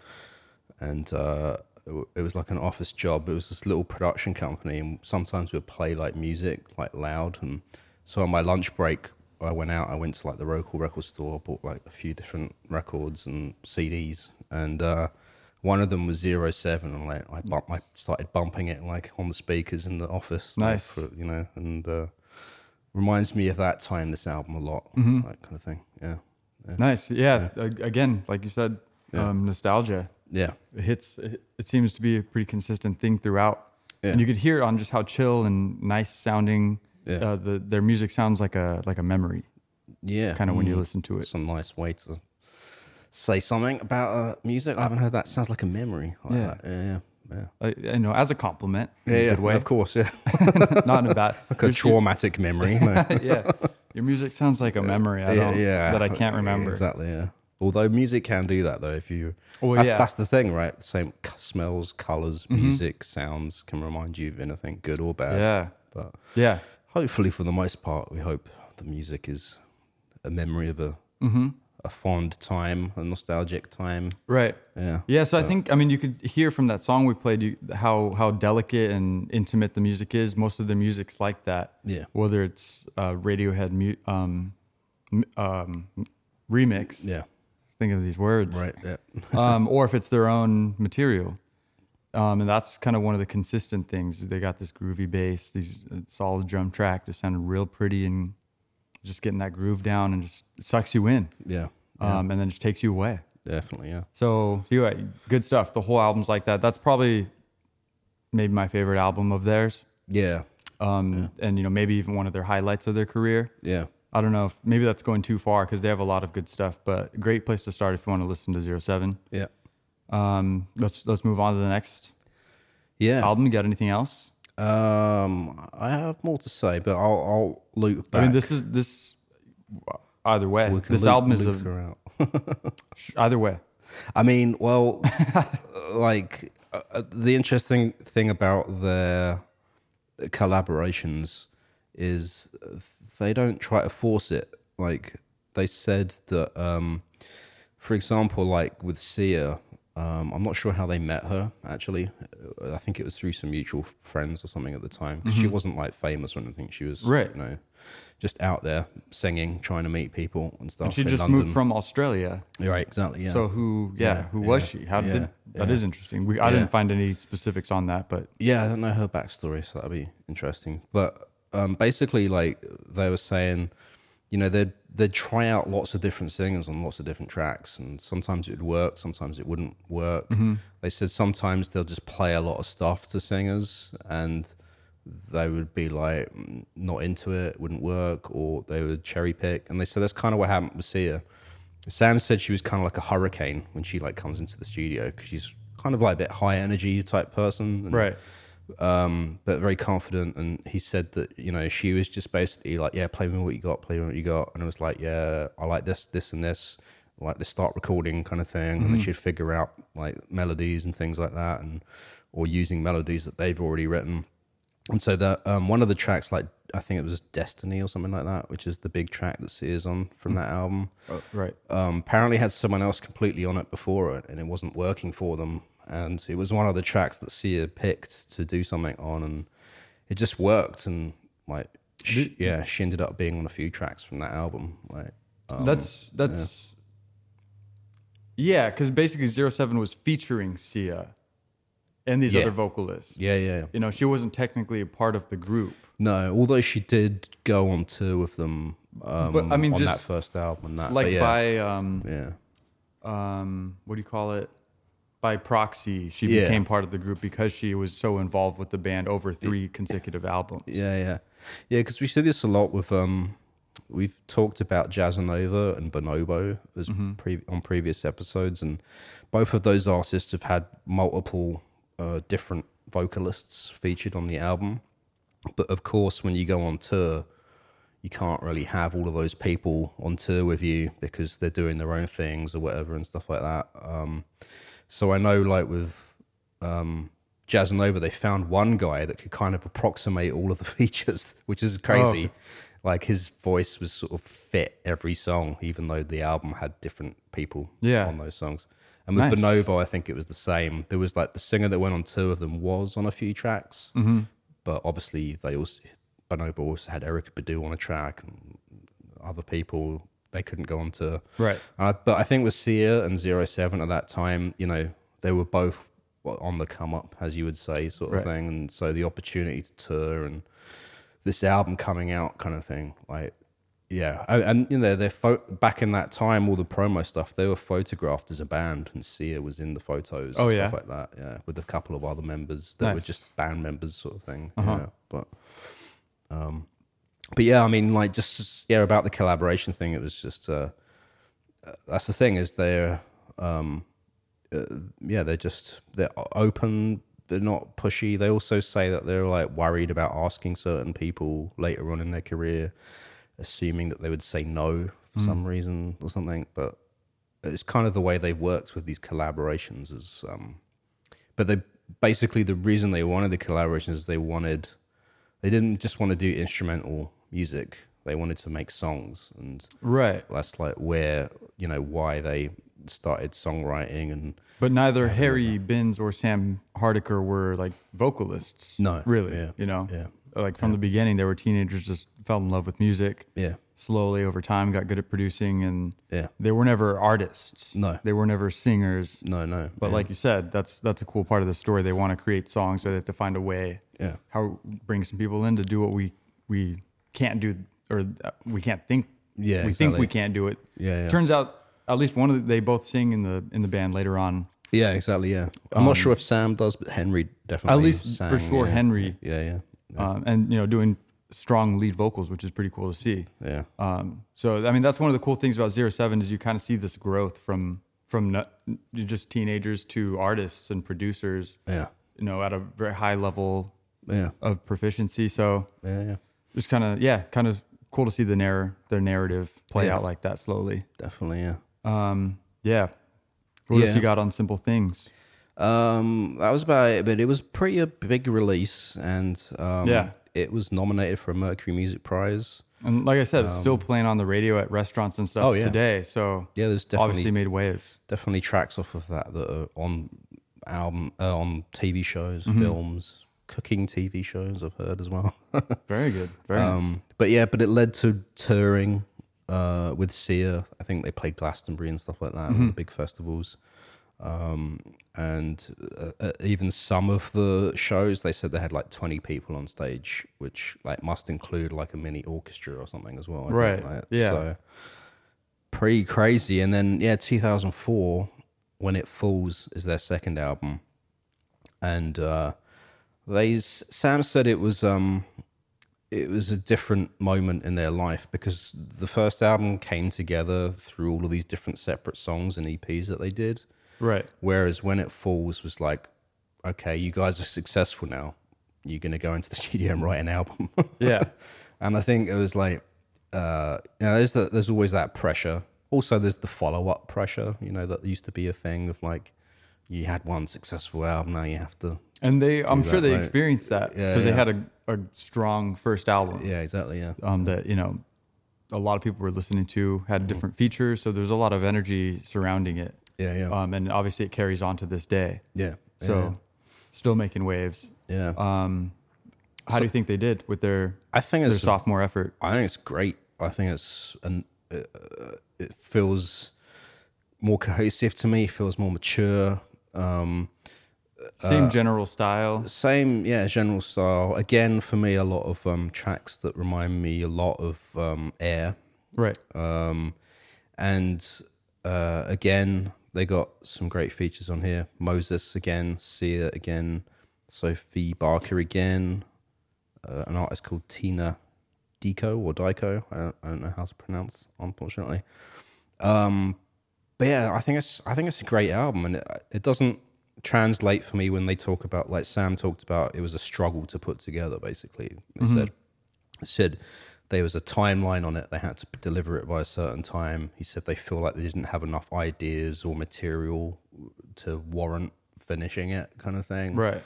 Speaker 2: and uh, it w- it was like an office job. It was this little production company, and sometimes we'd play like music, like loud. And so on my lunch break, I went out. I went to like the local record store, bought like a few different records and CDs, and uh, one of them was Zero Seven, and like I, bump, I started bumping it like on the speakers in the office. like,
Speaker 3: Nice.
Speaker 2: for- you know, and. Uh, reminds me of that time this album a lot
Speaker 3: Mm-hmm.
Speaker 2: that kind of thing yeah
Speaker 3: Nice. Yeah. A- Again, like you said, um, nostalgia.
Speaker 2: Yeah.
Speaker 3: it hits it, it seems to be a pretty consistent thing throughout
Speaker 2: Yeah.
Speaker 3: and you could hear it on just how chill and nice sounding
Speaker 2: Yeah.
Speaker 3: uh, the, their music sounds like a like a memory
Speaker 2: Yeah.
Speaker 3: kind of when you
Speaker 2: Mm.
Speaker 3: listen to it
Speaker 2: It's a nice way to say something about uh, music. I haven't heard that. Sounds like a memory. Like
Speaker 3: Yeah.
Speaker 2: that. yeah. Yeah.
Speaker 3: uh, you know as a compliment in
Speaker 2: Yeah.
Speaker 3: a
Speaker 2: yeah,
Speaker 3: good way
Speaker 2: Of course. Yeah.
Speaker 3: not in a bad
Speaker 2: like a traumatic memory. no.
Speaker 3: yeah your music sounds like a memory I don't, that i can't remember
Speaker 2: Exactly. Yeah. Although music can do that though, if you.
Speaker 3: Oh,
Speaker 2: that's,
Speaker 3: yeah. Mm-hmm.
Speaker 2: that's the thing, right? The same c- smells, colors, music, sounds can remind you of anything, good or bad.
Speaker 3: yeah
Speaker 2: But
Speaker 3: yeah
Speaker 2: hopefully, for the most part, we hope the music is a memory of a
Speaker 3: Mm-hmm.
Speaker 2: a fond time, a nostalgic time.
Speaker 3: right
Speaker 2: Yeah.
Speaker 3: Yeah, so I think I mean you could hear from that song we played you, how how delicate and intimate the music is. Most of the music's like that.
Speaker 2: Yeah.
Speaker 3: Whether it's uh, Radiohead mu- um, m- um, remix,
Speaker 2: Yeah.
Speaker 3: think of these words,
Speaker 2: Right. Yeah.
Speaker 3: um, or if it's their own material, um, and that's kind of one of the consistent things. They got this groovy bass, these uh, solid drum track, just sounded real pretty and just getting that groove down and just sucks you in,
Speaker 2: Yeah.
Speaker 3: um, and then just takes you away.
Speaker 2: Definitely, yeah.
Speaker 3: So you're right, good stuff. The whole album's like that. That's probably maybe my favorite album of theirs,
Speaker 2: Yeah.
Speaker 3: um, and you know maybe even one of their highlights of their career.
Speaker 2: Yeah.
Speaker 3: I don't know if maybe that's going too far because they have a lot of good stuff, but great place to start if you want to listen to Zero Seven.
Speaker 2: Yeah.
Speaker 3: Um, let's let's move on to the next
Speaker 2: Yeah.
Speaker 3: album. You got anything else?
Speaker 2: Um I have more to say, but I'll I'll loop back.
Speaker 3: I mean, this is this either way.
Speaker 2: We can
Speaker 3: This
Speaker 2: loop-
Speaker 3: album is
Speaker 2: loop
Speaker 3: a,
Speaker 2: throughout.
Speaker 3: either way.
Speaker 2: I mean, well, like uh, uh, the interesting thing about their collaborations is they don't try to force it. Like they said that, um, for example, like with Sia, um, I'm not sure how they met her. Actually, Uh, I think it was through some mutual friends or something at the time. 'cause She wasn't like famous or anything. She was
Speaker 3: Mm-hmm. Right.
Speaker 2: you know, just out there singing, trying to meet people and stuff.
Speaker 3: She
Speaker 2: in
Speaker 3: just
Speaker 2: London.
Speaker 3: moved from Australia.
Speaker 2: right, exactly. Yeah.
Speaker 3: So who? Yeah,
Speaker 2: Yeah,
Speaker 3: who was
Speaker 2: yeah,
Speaker 3: she? How
Speaker 2: yeah,
Speaker 3: did that
Speaker 2: yeah.
Speaker 3: is interesting. We, I
Speaker 2: Yeah.
Speaker 3: didn't find any specifics on that, but
Speaker 2: Yeah, I don't know her backstory, so that'd be interesting. But um, basically, like they were saying, you know, they'd they'd try out lots of different singers on lots of different tracks, and sometimes it would work, sometimes it wouldn't work. They said sometimes they'll just play a lot of stuff to singers, and they would be like "Mm, not into it, wouldn't work, or they would cherry pick. And they said that's kind of what happened with Sia. Sam said she was kind of like a hurricane when she like comes into the studio because she's kind of like a bit high energy type person, and
Speaker 3: right.
Speaker 2: um, but very confident. And he said that you know she was just basically like, yeah, play me what you got, play me what you got. And it was like, yeah, I like this, this, and this. Like the start recording kind of thing, and then she'd figure out like melodies and things like that, and or using melodies that they've already written. And so that um, one of the tracks, like I think it was Destiny or something like that, which is the big track that Sears on from that album
Speaker 3: Right.
Speaker 2: um, apparently had someone else completely on it before it and it wasn't working for them. And it was one of the tracks that Sia picked to do something on and it just worked. And like, sh yeah, she ended up being on a few tracks from that album. Like, um,
Speaker 3: that's that's yeah, because basically Zero Seven was featuring Sia and these
Speaker 2: Yeah.
Speaker 3: other vocalists.
Speaker 2: yeah, yeah.
Speaker 3: You know, she wasn't technically a part of the group.
Speaker 2: No, although she did go on tour with them um,
Speaker 3: But, I mean,
Speaker 2: on
Speaker 3: just
Speaker 2: that first album and that. but
Speaker 3: Like
Speaker 2: yeah,
Speaker 3: by um
Speaker 2: Yeah.
Speaker 3: um what do you call it? By proxy, she
Speaker 2: Yeah.
Speaker 3: became part of the group because she was so involved with the band over three consecutive albums.
Speaker 2: Yeah, yeah, yeah. Because we see this a lot with um, we've talked about Jazzanova and Bonobo as pre- on previous episodes, and both of those artists have had multiple uh, different vocalists featured on the album. But of course, when you go on tour, you can't really have all of those people on tour with you because they're doing their own things or whatever and stuff like that. Um, so I know, like with um, Jazz and Nova, they found one guy that could kind of approximate all of the features, which is crazy. Like his voice was sort of fit every song, even though the album had different people
Speaker 3: Yeah.
Speaker 2: on those songs. And with
Speaker 3: Nice.
Speaker 2: Bonobo, I think it was the same. There was like the singer that went on two of them was on a few tracks,
Speaker 3: Mm-hmm.
Speaker 2: but obviously they also Bonobo also had Erica Badu on a track and other people they couldn't go on to.
Speaker 3: Right.
Speaker 2: Uh, but I think with Sia and Zero Seven at that time, you know, they were both on the come up, as you would say, sort of
Speaker 3: Right.
Speaker 2: thing. And so the opportunity to tour and this album coming out, kind of thing, like Yeah, and, and you know, they're pho- back in that time, all the promo stuff, they were photographed as a band, and Sia was in the photos.
Speaker 3: Oh,
Speaker 2: and
Speaker 3: yeah?
Speaker 2: stuff like that. Yeah, with a couple of other members that were
Speaker 3: Nice.
Speaker 2: just band members, sort of thing. Yeah, but um, but yeah, I mean, like just yeah about the collaboration thing, it was just uh, uh, that's the thing is they're um, uh, yeah, they're just they're o- open. They're not pushy. They also say that they're like worried about asking certain people later on in their career, assuming that they would say no for some reason or something. But it's kind of the way they've worked with these collaborations. Is um, but they basically the reason they wanted the collaborations is they wanted they didn't just want to do instrumental music. They wanted to make songs and
Speaker 3: Right.
Speaker 2: that's like where you know why they started songwriting and
Speaker 3: But neither Harry Binns or Sam Hardiker were like vocalists.
Speaker 2: No,
Speaker 3: Really.
Speaker 2: yeah,
Speaker 3: You know?
Speaker 2: yeah.
Speaker 3: Like from the beginning, they were teenagers, just fell in love with music.
Speaker 2: yeah
Speaker 3: Slowly over time, got good at producing, and
Speaker 2: Yeah.
Speaker 3: they were never artists.
Speaker 2: No.
Speaker 3: They were never singers.
Speaker 2: no no
Speaker 3: But like you said, that's that's a cool part of the story. They want to create songs, so they have to find a way.
Speaker 2: Yeah.
Speaker 3: How bring some people in to do what we we can't do, or uh, we can't think.
Speaker 2: Yeah,
Speaker 3: We think
Speaker 2: exactly.
Speaker 3: we can't do it.
Speaker 2: Yeah, yeah.
Speaker 3: Turns out, at least one of the, they both sing in the in the band later on.
Speaker 2: yeah exactly yeah i'm not sure if sam does but henry definitely
Speaker 3: um, At least for
Speaker 2: sang,
Speaker 3: sure,
Speaker 2: yeah.
Speaker 3: Henry,
Speaker 2: yeah yeah
Speaker 3: um, and you know doing strong lead vocals, which is pretty cool to see.
Speaker 2: yeah
Speaker 3: Um, so I mean, that's one of the cool things about Zero Seven is you kind of see this growth from from no- just teenagers to artists and producers.
Speaker 2: yeah
Speaker 3: You know, at a very high level
Speaker 2: yeah
Speaker 3: of proficiency. So
Speaker 2: yeah yeah
Speaker 3: just kind of yeah, kind of cool to see the narr their narrative play
Speaker 2: Yeah.
Speaker 3: out like that slowly.
Speaker 2: definitely yeah
Speaker 3: Um, yeah. What
Speaker 2: Yeah.
Speaker 3: else you got on Simple Things?
Speaker 2: Um, that was about it, but it was pretty a big release, and um,
Speaker 3: Yeah.
Speaker 2: it was nominated for a Mercury Music Prize.
Speaker 3: And like I said, it's still playing on the radio at restaurants and stuff
Speaker 2: Um, Oh, yeah.
Speaker 3: today. So
Speaker 2: Yeah, there's
Speaker 3: obviously
Speaker 2: definitely-
Speaker 3: made waves.
Speaker 2: Definitely tracks off of that that are on album, uh, on TV shows,
Speaker 3: Mm-hmm.
Speaker 2: films, cooking TV shows. I've heard as well.
Speaker 3: Very good. Very nice.
Speaker 2: um, but yeah, but it led to touring uh, with Sia. I think they played Glastonbury and stuff like that,
Speaker 3: Mm-hmm.
Speaker 2: and the big festivals. Um, and uh, uh, even some of the shows, they said they had like twenty people on stage, which like must include like a mini orchestra or something as well. I think,
Speaker 3: Right,
Speaker 2: like.
Speaker 3: yeah.
Speaker 2: So pretty crazy. And then yeah, two thousand four, when it falls, is their second album, and uh, they s- Sam said it was um it was a different moment in their life because the first album came together through all of these different separate songs and EPs that they did.
Speaker 3: Right.
Speaker 2: Whereas when it falls was like, okay, you guys are successful now. You're gonna go into the studio and write an album.
Speaker 3: Yeah.
Speaker 2: and I think it was like, uh, you know, there's the, there's always that pressure. Also, there's the follow up pressure. You know, that used to be a thing of like, you had one successful album, now you have to.
Speaker 3: And they, I'm sure
Speaker 2: that,
Speaker 3: they
Speaker 2: right.
Speaker 3: experienced that because
Speaker 2: Yeah,
Speaker 3: they
Speaker 2: yeah.
Speaker 3: had a, a strong first album.
Speaker 2: Yeah, exactly. Yeah,
Speaker 3: um, that you know a lot of people were listening to
Speaker 2: Mm-hmm.
Speaker 3: had different features so there's a lot of energy surrounding it
Speaker 2: yeah, yeah,
Speaker 3: um, and obviously it carries on to this day
Speaker 2: yeah.
Speaker 3: so still making waves
Speaker 2: yeah,
Speaker 3: um, how do you think they did with their
Speaker 2: I think
Speaker 3: their
Speaker 2: it's
Speaker 3: sophomore effort
Speaker 2: I think it's great. I think it's an uh, it feels more cohesive to me. Feels more mature. Um,
Speaker 3: same general style
Speaker 2: same, yeah, general style. Again, for me, a lot of um, tracks that remind me a lot of um, Air,
Speaker 3: right
Speaker 2: Um, and uh, again, they got some great features on here. Moses again, Sia again, Sophie Barker again, uh, an artist called Tina Dico or Dico. I don't, I don't know how to pronounce, unfortunately. Um, but yeah, I think it's I think it's a great album, and it, it doesn't translate for me when they talk about like Sam talked about. It was a struggle to put together. Basically, they said it said there was a timeline on it. They had to deliver it by a certain time. He said they feel like they didn't have enough ideas or material to warrant finishing it, kind of thing
Speaker 3: right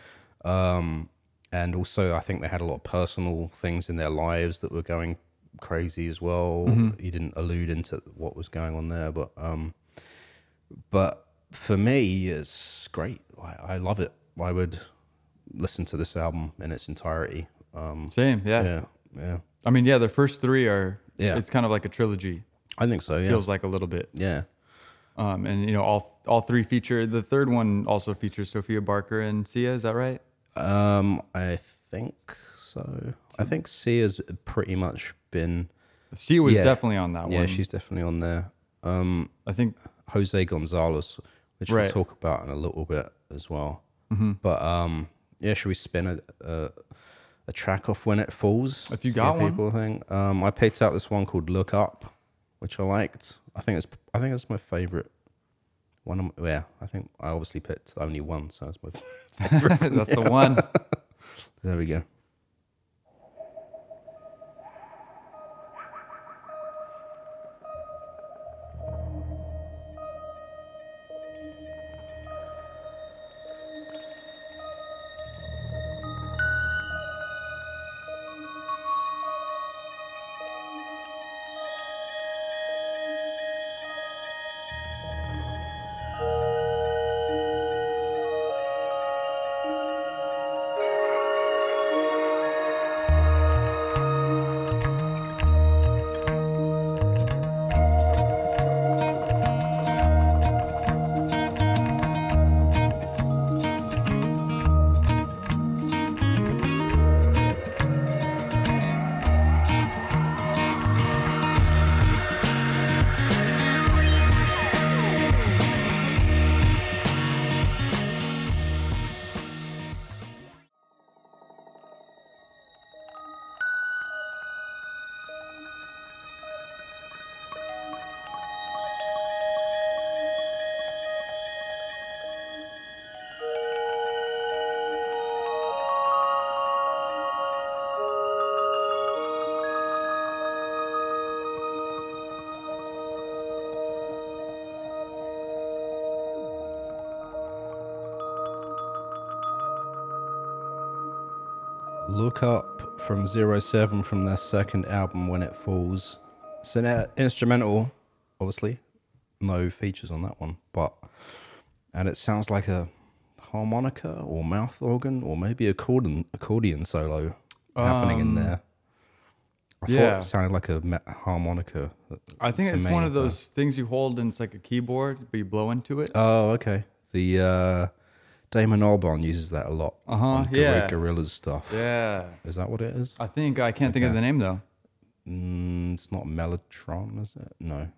Speaker 2: and also I think they had a lot of personal things in their lives that were going crazy as well.
Speaker 3: Mm-hmm.
Speaker 2: He didn't allude into what was going on there, but um, but for me, it's great. I, I love it. I would listen to this album in its entirety. Um,
Speaker 3: same yeah.
Speaker 2: yeah, yeah,
Speaker 3: i mean yeah their first three are
Speaker 2: Yeah.
Speaker 3: it's kind of like a trilogy
Speaker 2: I think so. Yeah,
Speaker 3: feels like a little bit
Speaker 2: yeah,
Speaker 3: um, and you know all all three feature the third one also features sophia barker and sia is that right
Speaker 2: Um, I think so. I think C has pretty much been
Speaker 3: Sia was
Speaker 2: Yeah.
Speaker 3: definitely on that
Speaker 2: Yeah,
Speaker 3: one.
Speaker 2: she's definitely on there. Um,
Speaker 3: I think
Speaker 2: Jose Gonzalez, which
Speaker 3: Right. Mm-hmm.
Speaker 2: we'll talk about in a little bit as well. But um, yeah, should we spin a, a a track off when it falls?
Speaker 3: If you
Speaker 2: to
Speaker 3: got
Speaker 2: give
Speaker 3: one.
Speaker 2: people a thing. Um, I picked out this one called "Look Up," which I liked. I think it's I think it's my favorite one. Of my, yeah, I think I obviously picked only one, so that's my favorite.
Speaker 3: that's the one.
Speaker 2: there we go. Look Up from Zero Seven from their second album, When It Falls. It's an uh, instrumental, obviously. No features on that one, but. And it sounds like a harmonica or mouth organ or maybe accordion, accordion solo happening in there. I
Speaker 3: Um, yeah.
Speaker 2: thought it sounded like a ma- harmonica.
Speaker 3: I think
Speaker 2: to
Speaker 3: it's
Speaker 2: me,
Speaker 3: one of
Speaker 2: but-
Speaker 3: those things you hold and it's like a keyboard, but you blow into it.
Speaker 2: Oh, okay. The uh, Damon Albarn uses that a lot.
Speaker 3: Uh-huh,
Speaker 2: on Gor-
Speaker 3: yeah.
Speaker 2: Gorillaz stuff.
Speaker 3: yeah. Uh,
Speaker 2: Is that what it is?
Speaker 3: I think I can't think of the name though.
Speaker 2: Mm, it's not Mellotron, is it? No.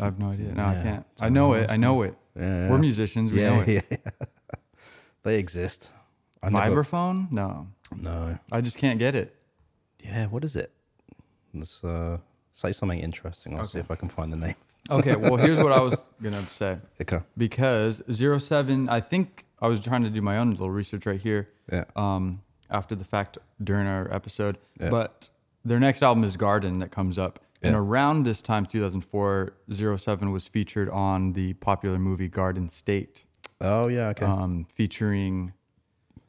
Speaker 3: I have no idea. No, I
Speaker 2: Yeah,
Speaker 3: can't.
Speaker 2: it's
Speaker 3: I
Speaker 2: on
Speaker 3: know
Speaker 2: the
Speaker 3: it.
Speaker 2: list,
Speaker 3: I know it.
Speaker 2: Yeah,
Speaker 3: We're musicians. We know it.
Speaker 2: yeah. they exist. I never-
Speaker 3: Vibraphone? No.
Speaker 2: No.
Speaker 3: I just can't get it.
Speaker 2: Yeah, what is it? Let's uh, say something interesting. I'll see if I can find the name.
Speaker 3: Okay, well here's what I was gonna say.
Speaker 2: Okay.
Speaker 3: Because zero seven I think I was trying to do my own little research right here.
Speaker 2: Yeah.
Speaker 3: Um after the fact during our episode.
Speaker 2: Yeah.
Speaker 3: But their next album is Garden that comes up. And
Speaker 2: Yeah.
Speaker 3: around this time, 2004, Zero Seven was featured on the popular movie Garden State,
Speaker 2: Oh, yeah, okay.
Speaker 3: um, featuring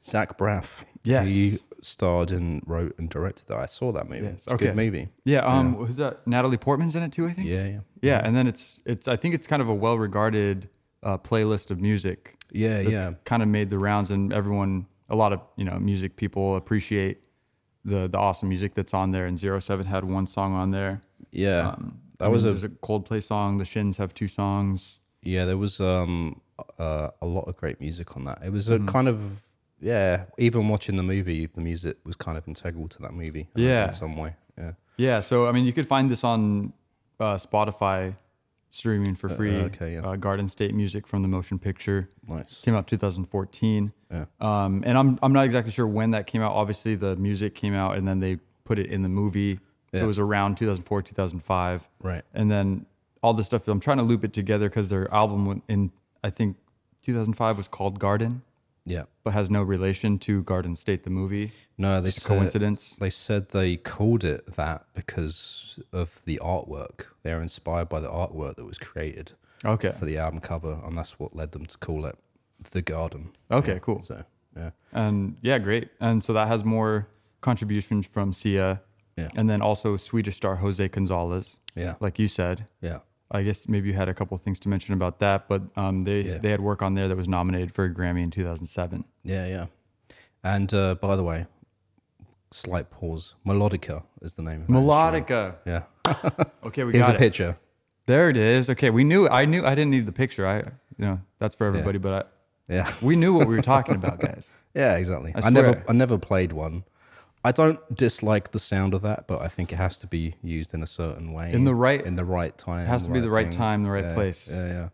Speaker 2: Zach Braff.
Speaker 3: Yes.
Speaker 2: He starred and wrote and directed that. I saw that movie. It's a
Speaker 3: okay.
Speaker 2: good movie.
Speaker 3: yeah, um, who's that? Natalie Portman's in it too, I think.
Speaker 2: Yeah, yeah.
Speaker 3: Yeah, and then it's it's I think it's kind of a well regarded uh, playlist of music.
Speaker 2: Yeah,
Speaker 3: that's
Speaker 2: yeah.
Speaker 3: Kind of made the rounds, and everyone, a lot of you know, music people appreciate the the awesome music that's on there. And Zero Seven had one song on there.
Speaker 2: Yeah. that
Speaker 3: I
Speaker 2: was
Speaker 3: mean,
Speaker 2: a
Speaker 3: there's a Coldplay song. The Shins have two songs.
Speaker 2: Yeah, there was um uh, a lot of great music on that. It was a
Speaker 3: Mm-hmm.
Speaker 2: kind of yeah. Even watching the movie, the music was kind of integral to that movie. uh,
Speaker 3: Yeah.
Speaker 2: in some way. Yeah.
Speaker 3: Yeah, so I mean, you could find this on uh, Spotify streaming for free.
Speaker 2: okay, yeah.
Speaker 3: uh, Garden State music from the motion picture.
Speaker 2: Nice.
Speaker 3: came out 2014.
Speaker 2: Yeah.
Speaker 3: Um, and I'm I'm not exactly sure when that came out. Obviously, the music came out, and then they put it in the movie. So
Speaker 2: Yeah.
Speaker 3: it was around 2004, 2005.
Speaker 2: Right.
Speaker 3: And then all this stuff. I'm trying to loop it together because their album went in I think 2005 was called Garden,
Speaker 2: Yeah.
Speaker 3: but has no relation to Garden State the movie.
Speaker 2: No, they
Speaker 3: Just a
Speaker 2: said-
Speaker 3: coincidence.
Speaker 2: They said they called it that because of the artwork. They're inspired by the artwork that was created
Speaker 3: Okay.
Speaker 2: for the album cover, and that's what led them to call it the Garden.
Speaker 3: Okay,
Speaker 2: Yeah,
Speaker 3: cool.
Speaker 2: So yeah,
Speaker 3: And yeah, great. And so that has more contributions from Sia.
Speaker 2: Yeah.
Speaker 3: And then also Swedish star Jose Gonzalez.
Speaker 2: Yeah.
Speaker 3: Like you said.
Speaker 2: yeah,
Speaker 3: I guess maybe you had a couple of things to mention about that, but um, they
Speaker 2: Yeah.
Speaker 3: they had work on there that was nominated for a Grammy in 2007.
Speaker 2: yeah, yeah. And uh, by the way, slight pause. Melodica is the name. Of that instrument.
Speaker 3: Melodica.
Speaker 2: Yeah.
Speaker 3: Okay, we
Speaker 2: Here's
Speaker 3: got
Speaker 2: a
Speaker 3: it.
Speaker 2: picture.
Speaker 3: There it is. Okay, we knew. I knew. I didn't need the picture. I, you know, that's for everybody. But
Speaker 2: Yeah.
Speaker 3: I, we knew what we were talking about, guys.
Speaker 2: Yeah, exactly. I,
Speaker 3: swear.
Speaker 2: never I never played one. I don't dislike the sound of that, but I think it has to be used in a certain way.
Speaker 3: In the right-
Speaker 2: in the right time.
Speaker 3: has to be the right
Speaker 2: thing.
Speaker 3: time, the right
Speaker 2: Yeah,
Speaker 3: place.
Speaker 2: Yeah, yeah.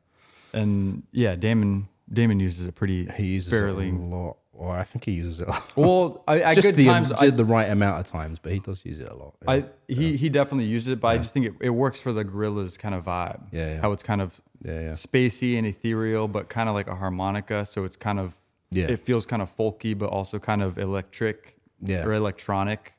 Speaker 3: and yeah, Damon Damon uses it pretty
Speaker 2: He uses
Speaker 3: sparingly.
Speaker 2: it a lot. Or I think he uses it a lot.
Speaker 3: Well, I, I
Speaker 2: Just
Speaker 3: good
Speaker 2: the,
Speaker 3: times. I,
Speaker 2: did the right amount of times, but he does use it a lot. yeah.
Speaker 3: I he he definitely uses it, but I just think it, it works for the gorillas kind of vibe.
Speaker 2: Yeah, yeah.
Speaker 3: how it's kind of
Speaker 2: Yeah, yeah.
Speaker 3: spacey and ethereal, but kind of like a harmonica. So it's kind of
Speaker 2: Yeah.
Speaker 3: it feels kind of folky, but also kind of electric
Speaker 2: Yeah.
Speaker 3: or electronic.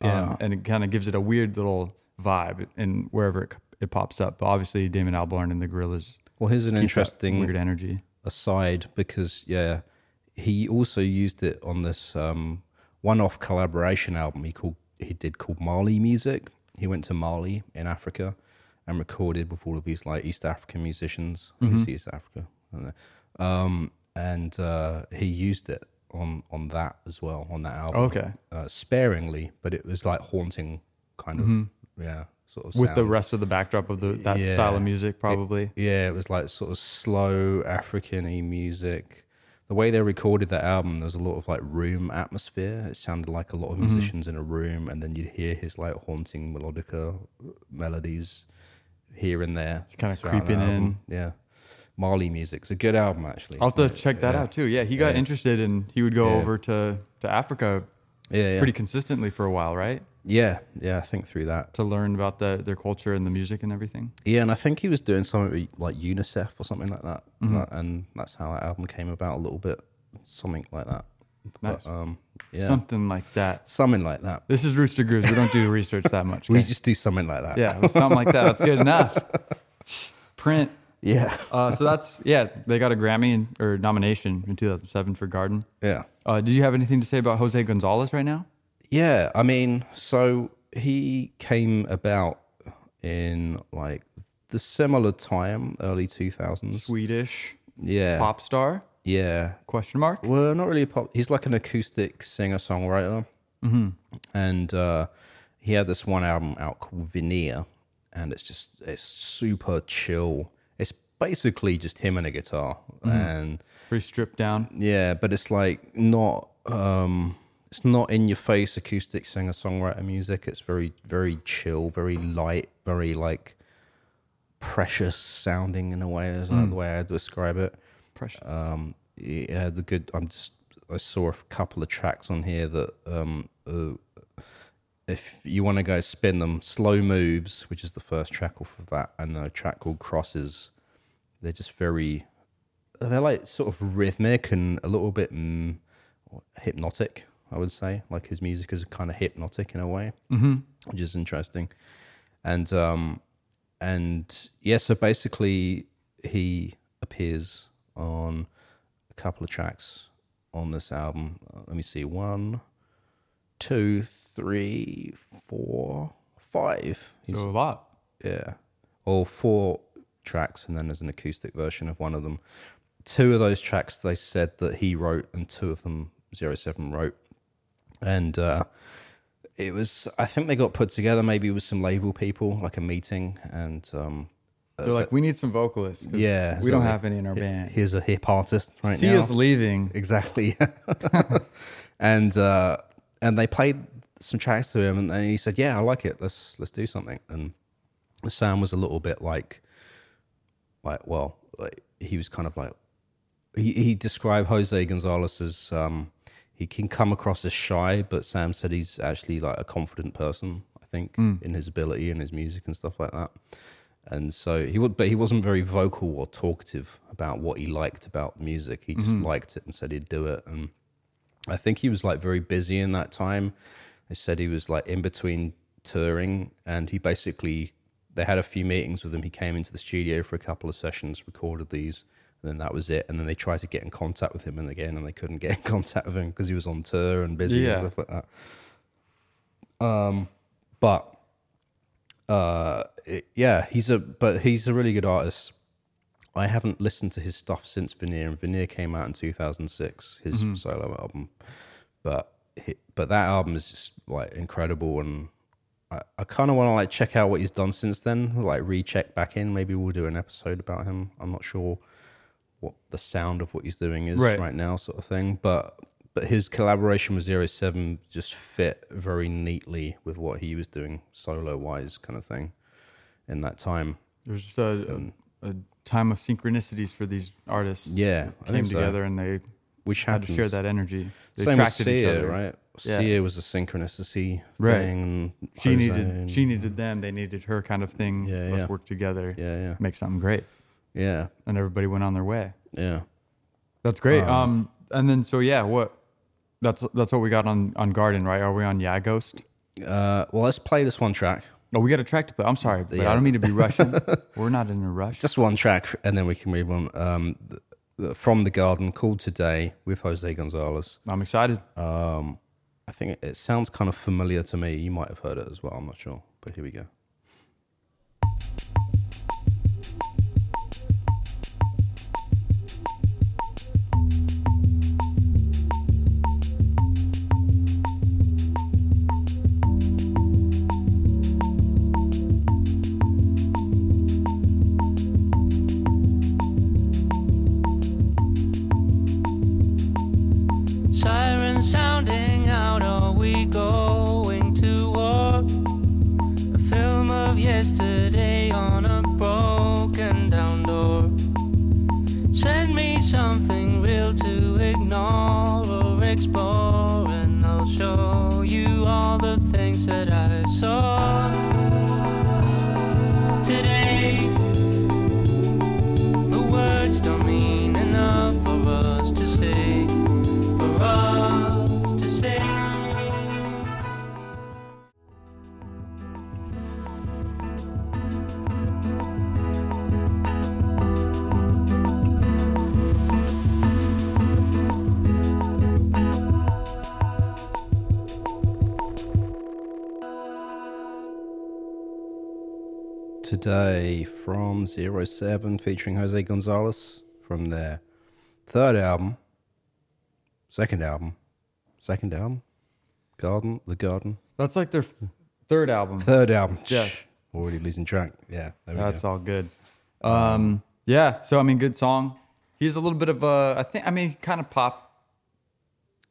Speaker 2: Yeah.
Speaker 3: Um, and it kind of gives it a weird little vibe and wherever it, it pops up. But obviously, Damon Albarn and the Gorillas.
Speaker 2: well, here's an
Speaker 3: keep that
Speaker 2: interesting
Speaker 3: weird energy.
Speaker 2: aside because yeah, he also used it on this um, one-off collaboration album he called he did called Mali Music. He went to Mali in Africa and recorded with all of these like East African musicians. I
Speaker 3: Mm-hmm.
Speaker 2: think it's East Africa, I don't know. Um, and uh, he used it on on that as well on that album.
Speaker 3: Okay.
Speaker 2: uh, sparingly, but it was like haunting kind of yeah sort of
Speaker 3: Mm-hmm. with the
Speaker 2: sound.
Speaker 3: rest of the backdrop of the that
Speaker 2: Yeah.
Speaker 3: style of music probably
Speaker 2: Yeah, it was like sort of slow African y music. The way they recorded that album, there was a lot of like room atmosphere. It sounded like a lot
Speaker 3: Mm-hmm.
Speaker 2: of musicians in a room, and then you'd hear his like haunting melodica melodies here and there. It's
Speaker 3: kinda creeping
Speaker 2: Yeah. Marley music's a good album, actually.
Speaker 3: i'll have to check that out too yeah he got interested and he would go
Speaker 2: Yeah.
Speaker 3: over to to africa
Speaker 2: yeah, yeah.
Speaker 3: pretty consistently for a while right
Speaker 2: yeah, yeah. I think through that.
Speaker 3: to learn about the, their culture and the music and everything
Speaker 2: Yeah, and I think he was doing something with, like UNICEF or something like that,
Speaker 3: Mm-hmm.
Speaker 2: That- and that's how that album came about a little bit, something like that.
Speaker 3: Nice.
Speaker 2: But, um, yeah,
Speaker 3: something like that
Speaker 2: something like that.
Speaker 3: this is rooster grooves we don't do research that much
Speaker 2: We
Speaker 3: okay?
Speaker 2: just do something like that.
Speaker 3: yeah something like that that's good enough print
Speaker 2: yeah,
Speaker 3: uh, so that's yeah they got a grammy in, or nomination in 2007 for garden
Speaker 2: yeah,
Speaker 3: uh, did you have anything to say about jose gonzalez right now
Speaker 2: yeah. I mean, so he came about in like the similar time, early two thousands.
Speaker 3: swedish
Speaker 2: Yeah,
Speaker 3: pop star
Speaker 2: yeah.
Speaker 3: question mark
Speaker 2: Well, not really a pop. He's like an acoustic singer songwriter, mm-hmm. and uh, he had this one album out called Veneer, and it's just it's super chill. It's basically just him and a guitar,
Speaker 3: Mm-hmm.
Speaker 2: and
Speaker 3: pretty stripped down
Speaker 2: yeah, but it's like not um, it's not in your face acoustic singer songwriter music. It's very very chill, very light, very like precious sounding in a way. Is another way I describe it.
Speaker 3: Precious.
Speaker 2: Um, yeah, the good. I'm just. I saw a couple of tracks on here that um, uh, if you want to go spin them, slow moves, which is the first track off of that, and a track called crosses. They're just very. They're like sort of rhythmic and a little bit mm, hypnotic. I would say like his music is kind of hypnotic in a way, mm-hmm. which is interesting. And um, and yeah, so basically he appears on a couple of tracks on this album. Uh, Let me see, one, two, three, four, five. He's-
Speaker 3: So a lot.
Speaker 2: yeah, or four tracks, and then there's an acoustic version of one of them. Two of those tracks they said that he wrote, and two of them Zero Seven wrote, and uh, it was I think they got put together maybe with some label people, like a meeting, and um,
Speaker 3: They're like, we need some vocalists. 'cause
Speaker 2: yeah,
Speaker 3: we don't
Speaker 2: so
Speaker 3: have any in our band.
Speaker 2: here's a hip artist right
Speaker 3: C
Speaker 2: now.
Speaker 3: is leaving.
Speaker 2: exactly. and uh, and they played some tracks to him, and, and he said, "Yeah, I like it. Let's let's do something." And the sound was a little bit like, like well, like he was kind of like he, he described Jose Gonzalez as um, he can come across as shy, but Sam said he's actually like a confident person. I think in his ability and his music and stuff like that. And so he would, but he wasn't very vocal or talkative about what he liked about music. He just liked it and said he'd do it. And I think he was like very busy in that time. They said he was like in between touring, and he basically they had a few meetings with him. He came into the studio for a couple of sessions, recorded these, and then that was it. And then they tried to get in contact with him and again, and they couldn't get in contact with him because he was on tour and busy
Speaker 3: Yeah.
Speaker 2: and stuff like that. Um, but uh, it- yeah, he's a but he's a really good artist. I haven't listened to his stuff since Veneer, and Veneer came out in 2006, his
Speaker 3: Mm-hmm.
Speaker 2: solo album. But he- but that album is just like incredible, and I, I kind of want to like check out what he's done since then, like recheck back in. Maybe we'll do an episode about him. I'm not sure what the sound of what he's doing is
Speaker 3: Right.
Speaker 2: right, now, sort of thing. But But his collaboration with Zero Seven just fit very neatly with what he was doing solo wise, kind of thing, in that time.
Speaker 3: It was just a, a, a time of synchronicities for these artists.
Speaker 2: Um, Yeah, I
Speaker 3: came
Speaker 2: think so.
Speaker 3: together and they
Speaker 2: Which
Speaker 3: had to share
Speaker 2: happens.
Speaker 3: that energy. They
Speaker 2: Same with
Speaker 3: attracted each
Speaker 2: Sia,
Speaker 3: other.
Speaker 2: right?
Speaker 3: Yeah.
Speaker 2: Sia was a synchronicity
Speaker 3: Right.
Speaker 2: thing.
Speaker 3: She
Speaker 2: Ozone.
Speaker 3: needed she needed them. They needed her kind of thing.
Speaker 2: Yeah,
Speaker 3: Let's
Speaker 2: yeah.
Speaker 3: work together.
Speaker 2: Yeah, yeah.
Speaker 3: Make something great.
Speaker 2: yeah,
Speaker 3: And everybody went on their way.
Speaker 2: yeah.
Speaker 3: That's great. Um, and then so yeah, what? That's that's what we got on on Garden, right? Are we on Yeah Ghost?
Speaker 2: Uh, well, let's play this one track.
Speaker 3: Oh, we got a track to play. I'm sorry, but I
Speaker 2: Yeah.
Speaker 3: don't mean to be rushing. We're not in a rush.
Speaker 2: Just one track, and then we can move on. Um, th- th- from the garden called today with Jose Gonzalez.
Speaker 3: I'm excited.
Speaker 2: I think it, it sounds kind of familiar to me. You might have heard it as well. I'm not sure, but here we go.
Speaker 6: Siren sounding out, are we going to war? A film of yesterday on a broken down door. Send me something real to ignore or explore, and I'll show you all the things that I saw today. The words don't mean enough for us to say for us to say.
Speaker 2: Today from Zero Seven featuring Jose Gonzalez from their third album, second album, second album, Garden, The Garden,
Speaker 3: That's like their third album.
Speaker 2: third album.
Speaker 3: Yeah.
Speaker 2: Already losing track. Yeah, there we
Speaker 3: That's
Speaker 2: go.
Speaker 3: all good. Um, yeah. So I mean, good song. He's a little bit of a. I think. I mean, kind of pop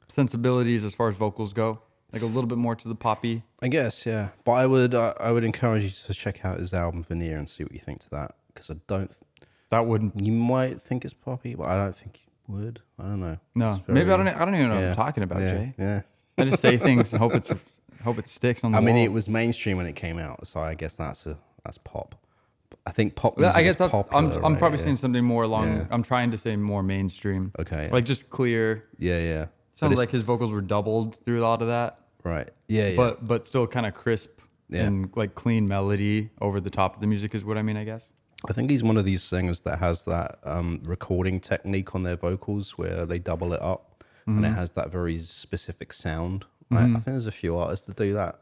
Speaker 3: sensibilities as far as vocals go. Like a little bit more to the poppy.
Speaker 2: I guess, yeah. But I would, I, I would encourage you to check out his album Veneer and see what you think to that. Because I don't,
Speaker 3: That wouldn't.
Speaker 2: you might think it's poppy, but I don't think you would. I don't know.
Speaker 3: No.
Speaker 2: It's
Speaker 3: Maybe I
Speaker 2: very-
Speaker 3: don't. e, I don't even know what
Speaker 2: yeah,
Speaker 3: I'm talking about,
Speaker 2: yeah,
Speaker 3: Jay.
Speaker 2: Yeah.
Speaker 3: I just say things and hope it's hope it sticks on the
Speaker 2: I mean,
Speaker 3: wall.
Speaker 2: it was mainstream when it came out, so I guess that's a that's pop. I think pop.
Speaker 3: Well,
Speaker 2: Music
Speaker 3: I guess
Speaker 2: is
Speaker 3: that's,
Speaker 2: popular,
Speaker 3: I'm, I'm
Speaker 2: right?
Speaker 3: probably
Speaker 2: yeah.
Speaker 3: saying something more along.
Speaker 2: Yeah.
Speaker 3: I'm trying to say more mainstream.
Speaker 2: Okay, yeah.
Speaker 3: Like just clear.
Speaker 2: Yeah, yeah. But
Speaker 3: Sounds
Speaker 2: it's-
Speaker 3: like his vocals were doubled through a lot of that,
Speaker 2: right. Yeah, yeah.
Speaker 3: but but still kind of crisp
Speaker 2: Yeah.
Speaker 3: and like clean melody over the top of the music is what I mean, I guess.
Speaker 2: I think he's one of these singers that has that um, recording technique on their vocals where they double it up and it
Speaker 3: Mm-hmm.
Speaker 2: has that very specific sound. I- I, think there's a few artists that do that.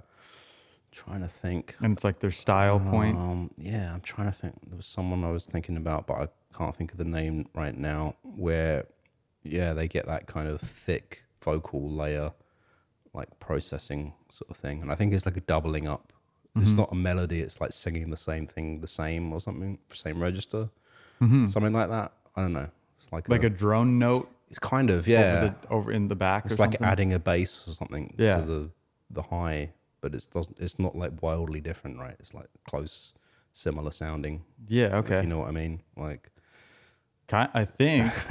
Speaker 2: trying to think.
Speaker 3: And it's like their style point.
Speaker 2: Um, yeah, I'm trying to think. There was someone I was thinking about, but I can't think of the name right now. Where, yeah, they get that kind of thick vocal layer, like processing sort of thing. And I think it's like a doubling up.
Speaker 3: Mm-hmm.
Speaker 2: It's not a melody. It's like singing the same thing, the same or something, same register, something like that. I don't know. It's like
Speaker 3: Mm-hmm. Like a drone note
Speaker 2: it's kind of yeah.
Speaker 3: over, the, over in the back.
Speaker 2: It's
Speaker 3: or
Speaker 2: like
Speaker 3: something.
Speaker 2: adding a bass or something
Speaker 3: Yeah.
Speaker 2: to the the high, but it's doesn't. It's not like wildly different, right? It's like close, similar sounding.
Speaker 3: Yeah.
Speaker 2: If
Speaker 3: Okay.
Speaker 2: you know what I mean, like
Speaker 3: Ki- I think.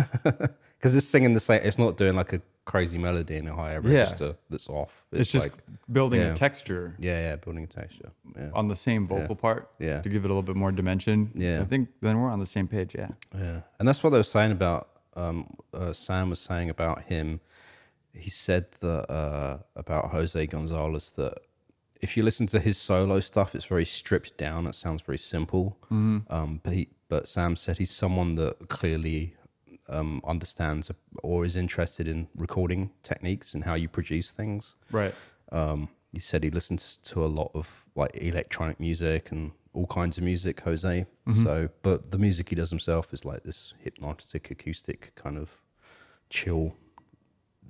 Speaker 2: because it's singing the same. It's not doing like a crazy melody in a higher register that's off. It's,
Speaker 3: It's just
Speaker 2: like
Speaker 3: building
Speaker 2: yeah.
Speaker 3: a texture
Speaker 2: yeah, yeah, building a texture. Yeah,
Speaker 3: on the same vocal part
Speaker 2: Yeah.
Speaker 3: to give it a little bit more dimension.
Speaker 2: Yeah.
Speaker 3: I think then we're on the same page. Yeah.
Speaker 2: yeah. And that's what I was saying about um, uh, Sam was saying about him. He said that uh, about Jose Gonzalez that if you listen to his solo stuff, it's very stripped down. It sounds very simple. Um, but he, but Sam said he's someone that clearly um, understands or is interested in recording techniques and how you produce things.
Speaker 3: Right.
Speaker 2: Um, he said he listens to a lot of like electronic music and all kinds of music, Jose.
Speaker 3: Mm-hmm.
Speaker 2: So, but the music he does himself is like this hypnotic, acoustic kind of chill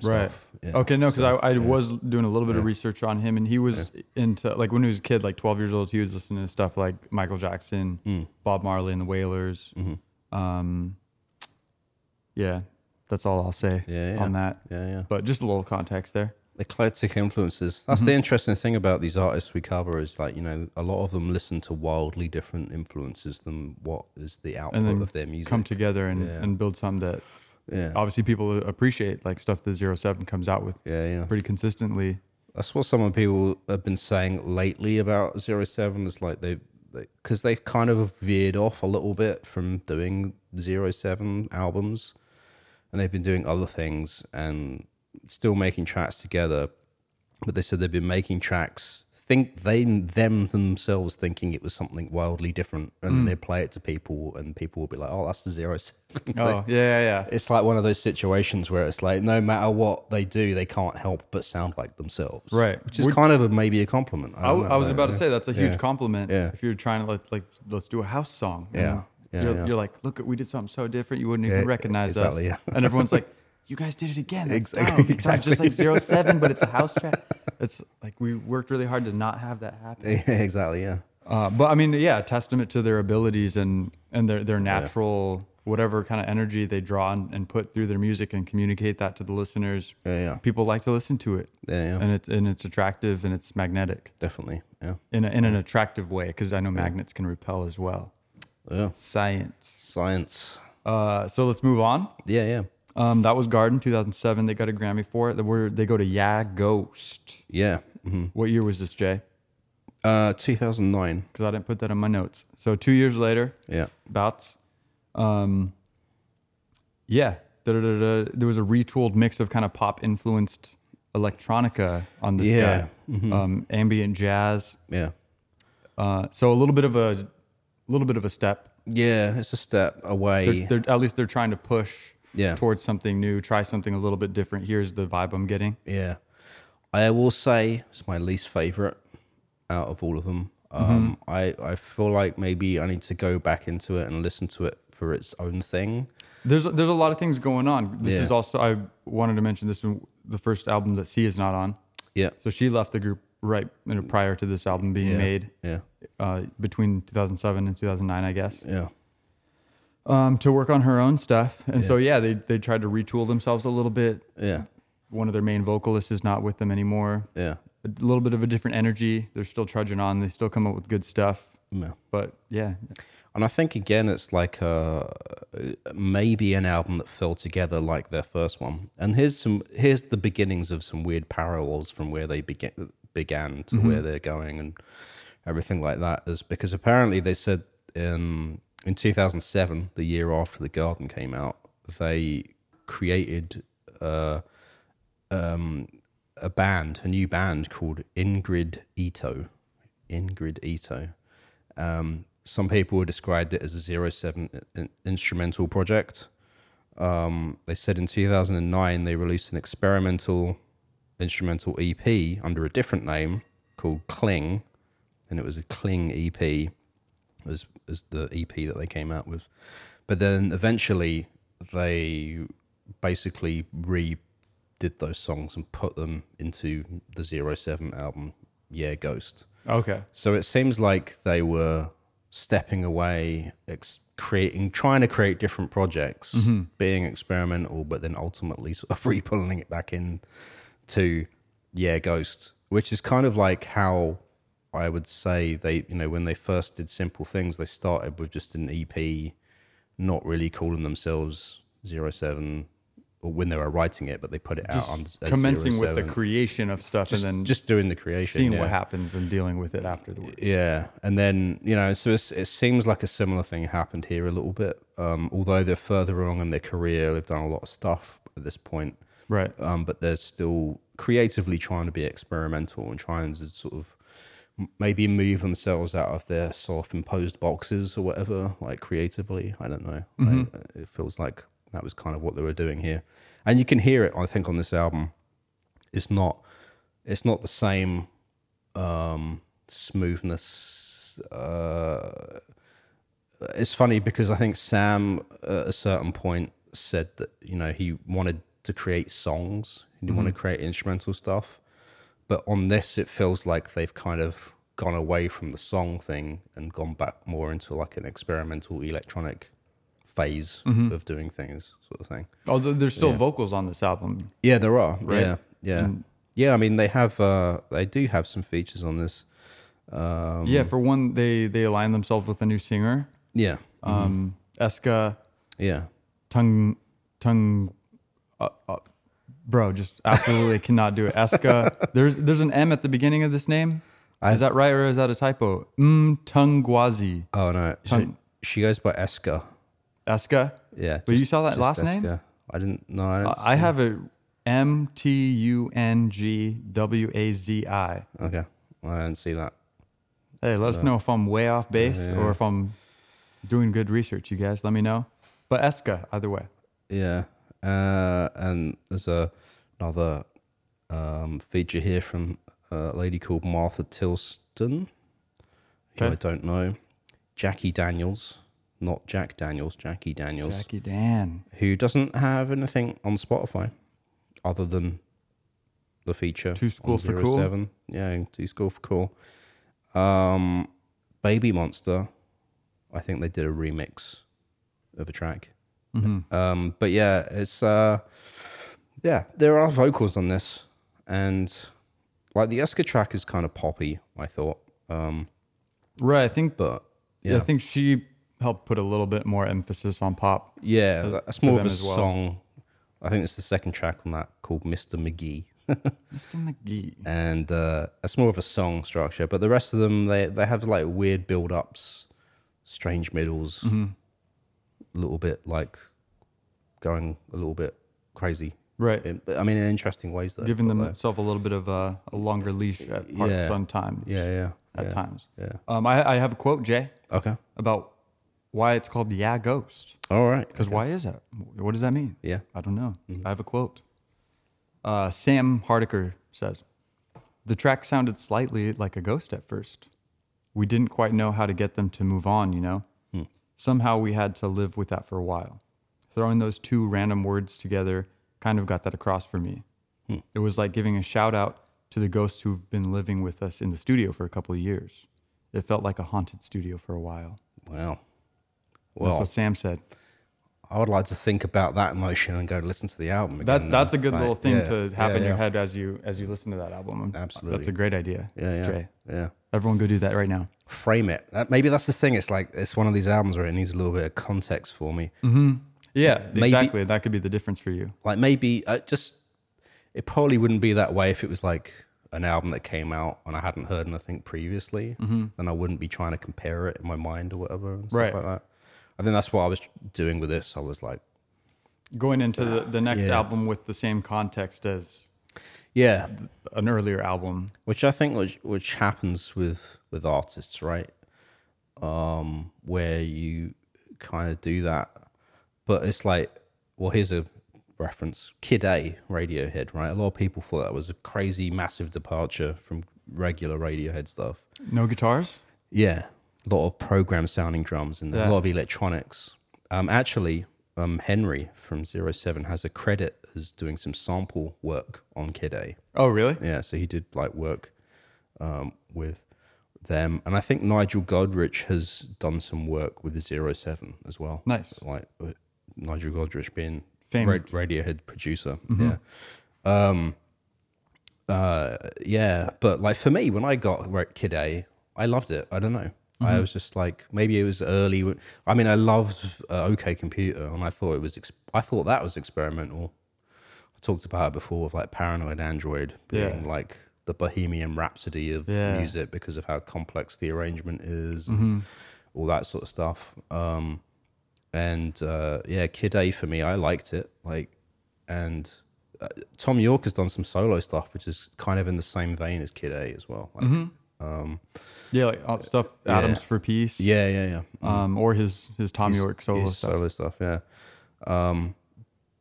Speaker 2: stuff. Yeah.
Speaker 3: Okay, no, because I, I was doing a little bit of research on him, and he was into like when he was a kid, like twelve years old, he was listening to stuff like Michael Jackson,
Speaker 2: Hmm. Mm-hmm.
Speaker 3: Bob Marley, and the Wailers. Um, yeah, That's all I'll say
Speaker 2: Yeah, yeah.
Speaker 3: on that.
Speaker 2: Yeah, yeah.
Speaker 3: But just a little context there.
Speaker 2: eclectic influences.
Speaker 3: Mm-hmm.
Speaker 2: That's the interesting thing about these artists we cover is like you know a lot of them listen to wildly different influences than what is the
Speaker 3: And
Speaker 2: output
Speaker 3: then
Speaker 2: of their music.
Speaker 3: come together and,
Speaker 2: Yeah.
Speaker 3: and build some that
Speaker 2: yeah,
Speaker 3: obviously people appreciate, like stuff that Zero Seven comes out with
Speaker 2: yeah, yeah.
Speaker 3: pretty consistently.
Speaker 2: That's what some of people have been saying lately about Zero Seven. Is like they because they've kind of veered off a little bit from doing Zero Seven albums, and they've been doing other things and still making tracks together. But they said they've been making tracks. Think they them themselves thinking it was something wildly different, and then they play it to people, and people will be like, "Oh, that's the Zero Seven.
Speaker 3: Oh, yeah, yeah, yeah.
Speaker 2: It's like one of those situations where it's like no matter what they do, they can't help but sound like themselves.
Speaker 3: Right.
Speaker 2: Which is
Speaker 3: Would-
Speaker 2: kind of a, maybe a compliment. I,
Speaker 3: I,
Speaker 2: don't
Speaker 3: w-
Speaker 2: know,
Speaker 3: I was
Speaker 2: like,
Speaker 3: about to
Speaker 2: yeah.
Speaker 3: say that's a huge
Speaker 2: Yeah.
Speaker 3: compliment.
Speaker 2: Yeah.
Speaker 3: If you're trying to let, like let's do a house song. you
Speaker 2: Yeah.
Speaker 3: know?
Speaker 2: Yeah,
Speaker 3: you're,
Speaker 2: yeah.
Speaker 3: you're like, look, we did something so different. You wouldn't even
Speaker 2: Yeah,
Speaker 3: recognize
Speaker 2: exactly,
Speaker 3: us.
Speaker 2: yeah.
Speaker 3: And everyone's like, you guys did it again. That's
Speaker 2: Exactly,
Speaker 3: dope. It sounds just like Zero Seven, but it's a house track. It's like we worked really hard to not have that happen.
Speaker 2: Yeah, exactly. Yeah.
Speaker 3: Uh, but I mean, yeah, testament to their abilities and and their their natural whatever kind of energy they draw and, and put through their music and communicate that to the listeners.
Speaker 2: Yeah, yeah.
Speaker 3: People like to listen to it,
Speaker 2: Yeah, yeah.
Speaker 3: and it's and it's attractive and it's magnetic
Speaker 2: Definitely. Yeah.
Speaker 3: in a, in an attractive way because I know magnets can repel as well.
Speaker 2: Yeah.
Speaker 3: Science.
Speaker 2: Science.
Speaker 3: Uh, so let's move on.
Speaker 2: Yeah, yeah.
Speaker 3: Um, that was Garden 2007. They got a Grammy for it. They were they go to Yeah Ghost.
Speaker 2: Yeah. hmm
Speaker 3: What year was this, Jay?
Speaker 2: Uh, 2009.
Speaker 3: Because I didn't put that in my notes. So two years later,
Speaker 2: Yeah.
Speaker 3: bouts. Um, yeah, da, da, da, da. there was a retooled mix of kind of pop influenced electronica on this
Speaker 2: Yeah, Mm-hmm.
Speaker 3: guy, um, ambient jazz.
Speaker 2: Yeah.
Speaker 3: Uh, so a little bit of a little bit of a step.
Speaker 2: Yeah. It's a step
Speaker 3: They're,
Speaker 2: away.
Speaker 3: they're- at least they're trying to push
Speaker 2: Yeah.
Speaker 3: towards something new. Try something a little bit different. Here's the vibe I'm getting.
Speaker 2: Yeah. I will say it's my least favorite out of all of them. Um,
Speaker 3: Mm-hmm.
Speaker 2: I, I feel like maybe I need to go back into it and listen to it for its own thing.
Speaker 3: There's there's a lot of things going on. This
Speaker 2: Yeah.
Speaker 3: is also I wanted to mention this one, the first album that C is not on.
Speaker 2: Yeah.
Speaker 3: So she left the group right you know, prior to this album being
Speaker 2: yeah.
Speaker 3: made.
Speaker 2: Yeah.
Speaker 3: uh, between 2007 and 2009, I guess,
Speaker 2: Yeah.
Speaker 3: um, to work on her own stuff. And so, yeah, they, they tried to retool themselves a little bit.
Speaker 2: Yeah.
Speaker 3: One of their main vocalists is not with them anymore.
Speaker 2: Yeah.
Speaker 3: A little bit of a different energy. They're still trudging on. They still come up with good stuff.
Speaker 2: No.
Speaker 3: But yeah,
Speaker 2: And I think again, it's like uh maybe an album that fell together like their first one. And here's some here's the beginnings of some weird parallels from where they began began to where they're going and everything like that. Is because apparently they said in in 2007, the year after the Garden came out, they created uh, um, a band, a new band called Ingrid Ito. Ingrid Ito. Um, some people described it as a zero seven uh, in- instrumental project. Um, they said in 2009 they released an experimental instrumental EP under a different name called Cling, and it was a E Cling EP, as as the EP that they came out with. But then eventually they basically re did those songs and put them into the zero seven album, Yeah Ghost.
Speaker 3: okay.
Speaker 2: So it seems like they were stepping away, ex- creating, trying to create different projects,
Speaker 3: Mm-hmm.
Speaker 2: being experimental, but then ultimately sort of repulling it back in to yeah, Ghost, which is kind of like how I would say they, you know, when they first did Simple Things, they started with just an EP, not really calling themselves Zero Seven. Or when they were writing it, but they put it out on as
Speaker 3: Commencing with the
Speaker 2: 07.
Speaker 3: creation of stuff
Speaker 2: just,
Speaker 3: and then
Speaker 2: just doing the creation,
Speaker 3: seeing what
Speaker 2: yeah.
Speaker 3: happens and dealing with it afterward.
Speaker 2: Yeah, and then you know, so it's, it seems like a similar thing happened here a little bit. Um, although they're further along in their career, they've done a lot of stuff at this point,
Speaker 3: Right.
Speaker 2: um, but they're still creatively trying to be experimental and trying to sort of m- maybe move themselves out of their self-imposed boxes or whatever, like creatively. I don't know. I, it feels like that was kind of what they were doing here, and you can hear it. I think on this album, it's not it's not the same um, smoothness. Uh, it's funny because I think Sam at a certain point said that you know he wanted to create songs, he didn't want to create instrumental stuff, but on this it feels like they've kind of gone away from the song thing and gone back more into like an experimental electronic phase of doing things, sort of thing.
Speaker 3: Although there's still vocals on this album.
Speaker 2: Yeah, there are. Yeah, yeah, yeah. I mean, they have uh, they do have some features on this. Um,
Speaker 3: Yeah, for one, they they align themselves with a new singer,
Speaker 2: yeah,
Speaker 3: um, Eska
Speaker 2: yeah.
Speaker 3: Tung Tung. Uh, uh, bro, just absolutely cannot do it. Eska, there's there's an M at the beginning of this name. is that right or is that a typo? Mm, Tungwazi.
Speaker 2: Oh no, she,
Speaker 3: Tongue-
Speaker 2: she goes by Eska.
Speaker 3: Eska.
Speaker 2: Yeah,
Speaker 3: But you saw that last name?
Speaker 2: Eska. I didn't. No, I,
Speaker 3: Uh,
Speaker 2: didn't
Speaker 3: I
Speaker 2: see-
Speaker 3: have a M T U N G W A Z I.
Speaker 2: Okay, I didn't see that.
Speaker 3: Hey, let
Speaker 2: Uh,
Speaker 3: us know if I'm way off base or if I'm doing good research, you guys. Let me know. But Eska, either way.
Speaker 2: Yeah, uh, and there's a, another um, feature here from a lady called Martha Tilston, who I
Speaker 3: Okay.
Speaker 2: don't know. Jackie Daniels, not Jack Daniels, Jackie Daniels,
Speaker 3: Jackie Dan.
Speaker 2: who doesn't have anything on Spotify other than the feature.
Speaker 3: Too
Speaker 2: on
Speaker 3: School for Cool?
Speaker 2: 07. Yeah, Too School for Cool. Um, Baby Monster, I think they did a remix of a track.
Speaker 3: Mm-hmm.
Speaker 2: Um, but yeah, it's uh, yeah, there are vocals on this, and like the Eska track is kind of poppy. I thought, um,
Speaker 3: Right. I think
Speaker 2: but
Speaker 3: yeah.
Speaker 2: yeah,
Speaker 3: I think she helped put a little bit more emphasis on pop.
Speaker 2: yeah, that's more of
Speaker 3: them
Speaker 2: a
Speaker 3: as well.
Speaker 2: song. I think it's the second track on that called Mr. McGee.
Speaker 3: Mr. McGee.
Speaker 2: and uh, it's more of a song structure. But the rest of them, they they have like weird build ups, strange middles, a
Speaker 3: Mm-hmm.
Speaker 2: little bit like going a little bit crazy.
Speaker 3: Right.
Speaker 2: In- but I mean, in interesting ways though.
Speaker 3: Giving
Speaker 2: uh, but, like,
Speaker 3: themselves a little bit of a, a longer leash at parts
Speaker 2: Yeah.
Speaker 3: on time.
Speaker 2: yeah, yeah,
Speaker 3: At
Speaker 2: yeah,
Speaker 3: times.
Speaker 2: yeah.
Speaker 3: Um, I, I have a quote, Jay,
Speaker 2: Okay,
Speaker 3: about why it's called Yeah Ghost.
Speaker 2: all right.
Speaker 3: Because why is that? What does that mean?
Speaker 2: Yeah.
Speaker 3: I don't know. I have a quote. Uh, Sam Hardiker says The track sounded slightly like a ghost at first. We didn't quite know how to get them to move on, you know? Somehow we had to live with that for a while. Throwing those two random words together kind of got that across for me. It was like giving a shout out to the ghosts who've been living with us in the studio for a couple of years. It felt like a haunted studio for a while.
Speaker 2: Wow.
Speaker 3: That's
Speaker 2: Well,
Speaker 3: what Sam said.
Speaker 2: I would like to think about that emotion and go listen to the album. Again
Speaker 3: That
Speaker 2: now.
Speaker 3: that's a good
Speaker 2: Like,
Speaker 3: little thing
Speaker 2: uh, yeah,
Speaker 3: to
Speaker 2: yeah,
Speaker 3: have in your
Speaker 2: yeah.
Speaker 3: head as you as you listen to that album. I'm- that's
Speaker 2: Absolutely.
Speaker 3: a great idea.
Speaker 2: Yeah, yeah,
Speaker 3: Dre.
Speaker 2: yeah.
Speaker 3: Everyone, go do that right now.
Speaker 2: Frame it. That, maybe that's the thing. It's like it's one of these albums where it needs a little bit of context for me.
Speaker 3: Yeah,
Speaker 2: Maybe-
Speaker 3: exactly. That could be the difference for you.
Speaker 2: like maybe uh, just it probably wouldn't be that way if it was like an album that came out and I hadn't heard anything previously, then I wouldn't be trying to compare it in my mind or whatever, and stuff
Speaker 3: Right.
Speaker 2: Like that. I think that's what I was doing with this. I was like,
Speaker 3: Going into the, the next
Speaker 2: Yeah.
Speaker 3: album with the same context as
Speaker 2: yeah,
Speaker 3: an earlier album.
Speaker 2: which I think which, which happens with with artists, right? Um, where you kind of do that, but it's like, well, here's a reference: Kid A, Radiohead, right? A lot of people thought that was a crazy, massive departure from regular Radiohead stuff.
Speaker 3: No guitars.
Speaker 2: Yeah, a lot of program sounding drums and
Speaker 3: Yeah.
Speaker 2: a lot of electronics. Um, actually, um, Henry from Zero Seven has a credit as doing some sample work on Kid A.
Speaker 3: Oh, really?
Speaker 2: Yeah, so he did like work um, with them, and I think Nigel Godrich has done some work with the Zero Seven as well.
Speaker 3: Nice.
Speaker 2: like uh, Nigel Godrich being
Speaker 3: Famed.
Speaker 2: Ra- Radiohead producer.
Speaker 3: Mm-hmm.
Speaker 2: Yeah. Um. Uh. Yeah, but like for me, when I got Ra- Kid A, I loved it. I don't know.
Speaker 3: Mm-hmm.
Speaker 2: I was just like, maybe it was early. I mean, I loved uh, OK Computer, and I thought it was. Ex- I thought that was experimental talked about it before with like Paranoid Android being
Speaker 3: Yeah.
Speaker 2: like the bohemian rhapsody of
Speaker 3: Yeah. Mm-hmm.
Speaker 2: music because of how complex the arrangement is and all that sort of stuff. Um, and uh, yeah, Kid A for me, I liked it. Like, and uh, Tom York has done some solo stuff, which is kind of in the same vein as Kid A as well. Like,
Speaker 3: Mm-hmm. Yeah, like all stuff. Adams for Peace.
Speaker 2: Yeah, yeah, yeah.
Speaker 3: Um, or his his Tom York solo
Speaker 2: his
Speaker 3: stuff.
Speaker 2: solo stuff. Yeah. Um,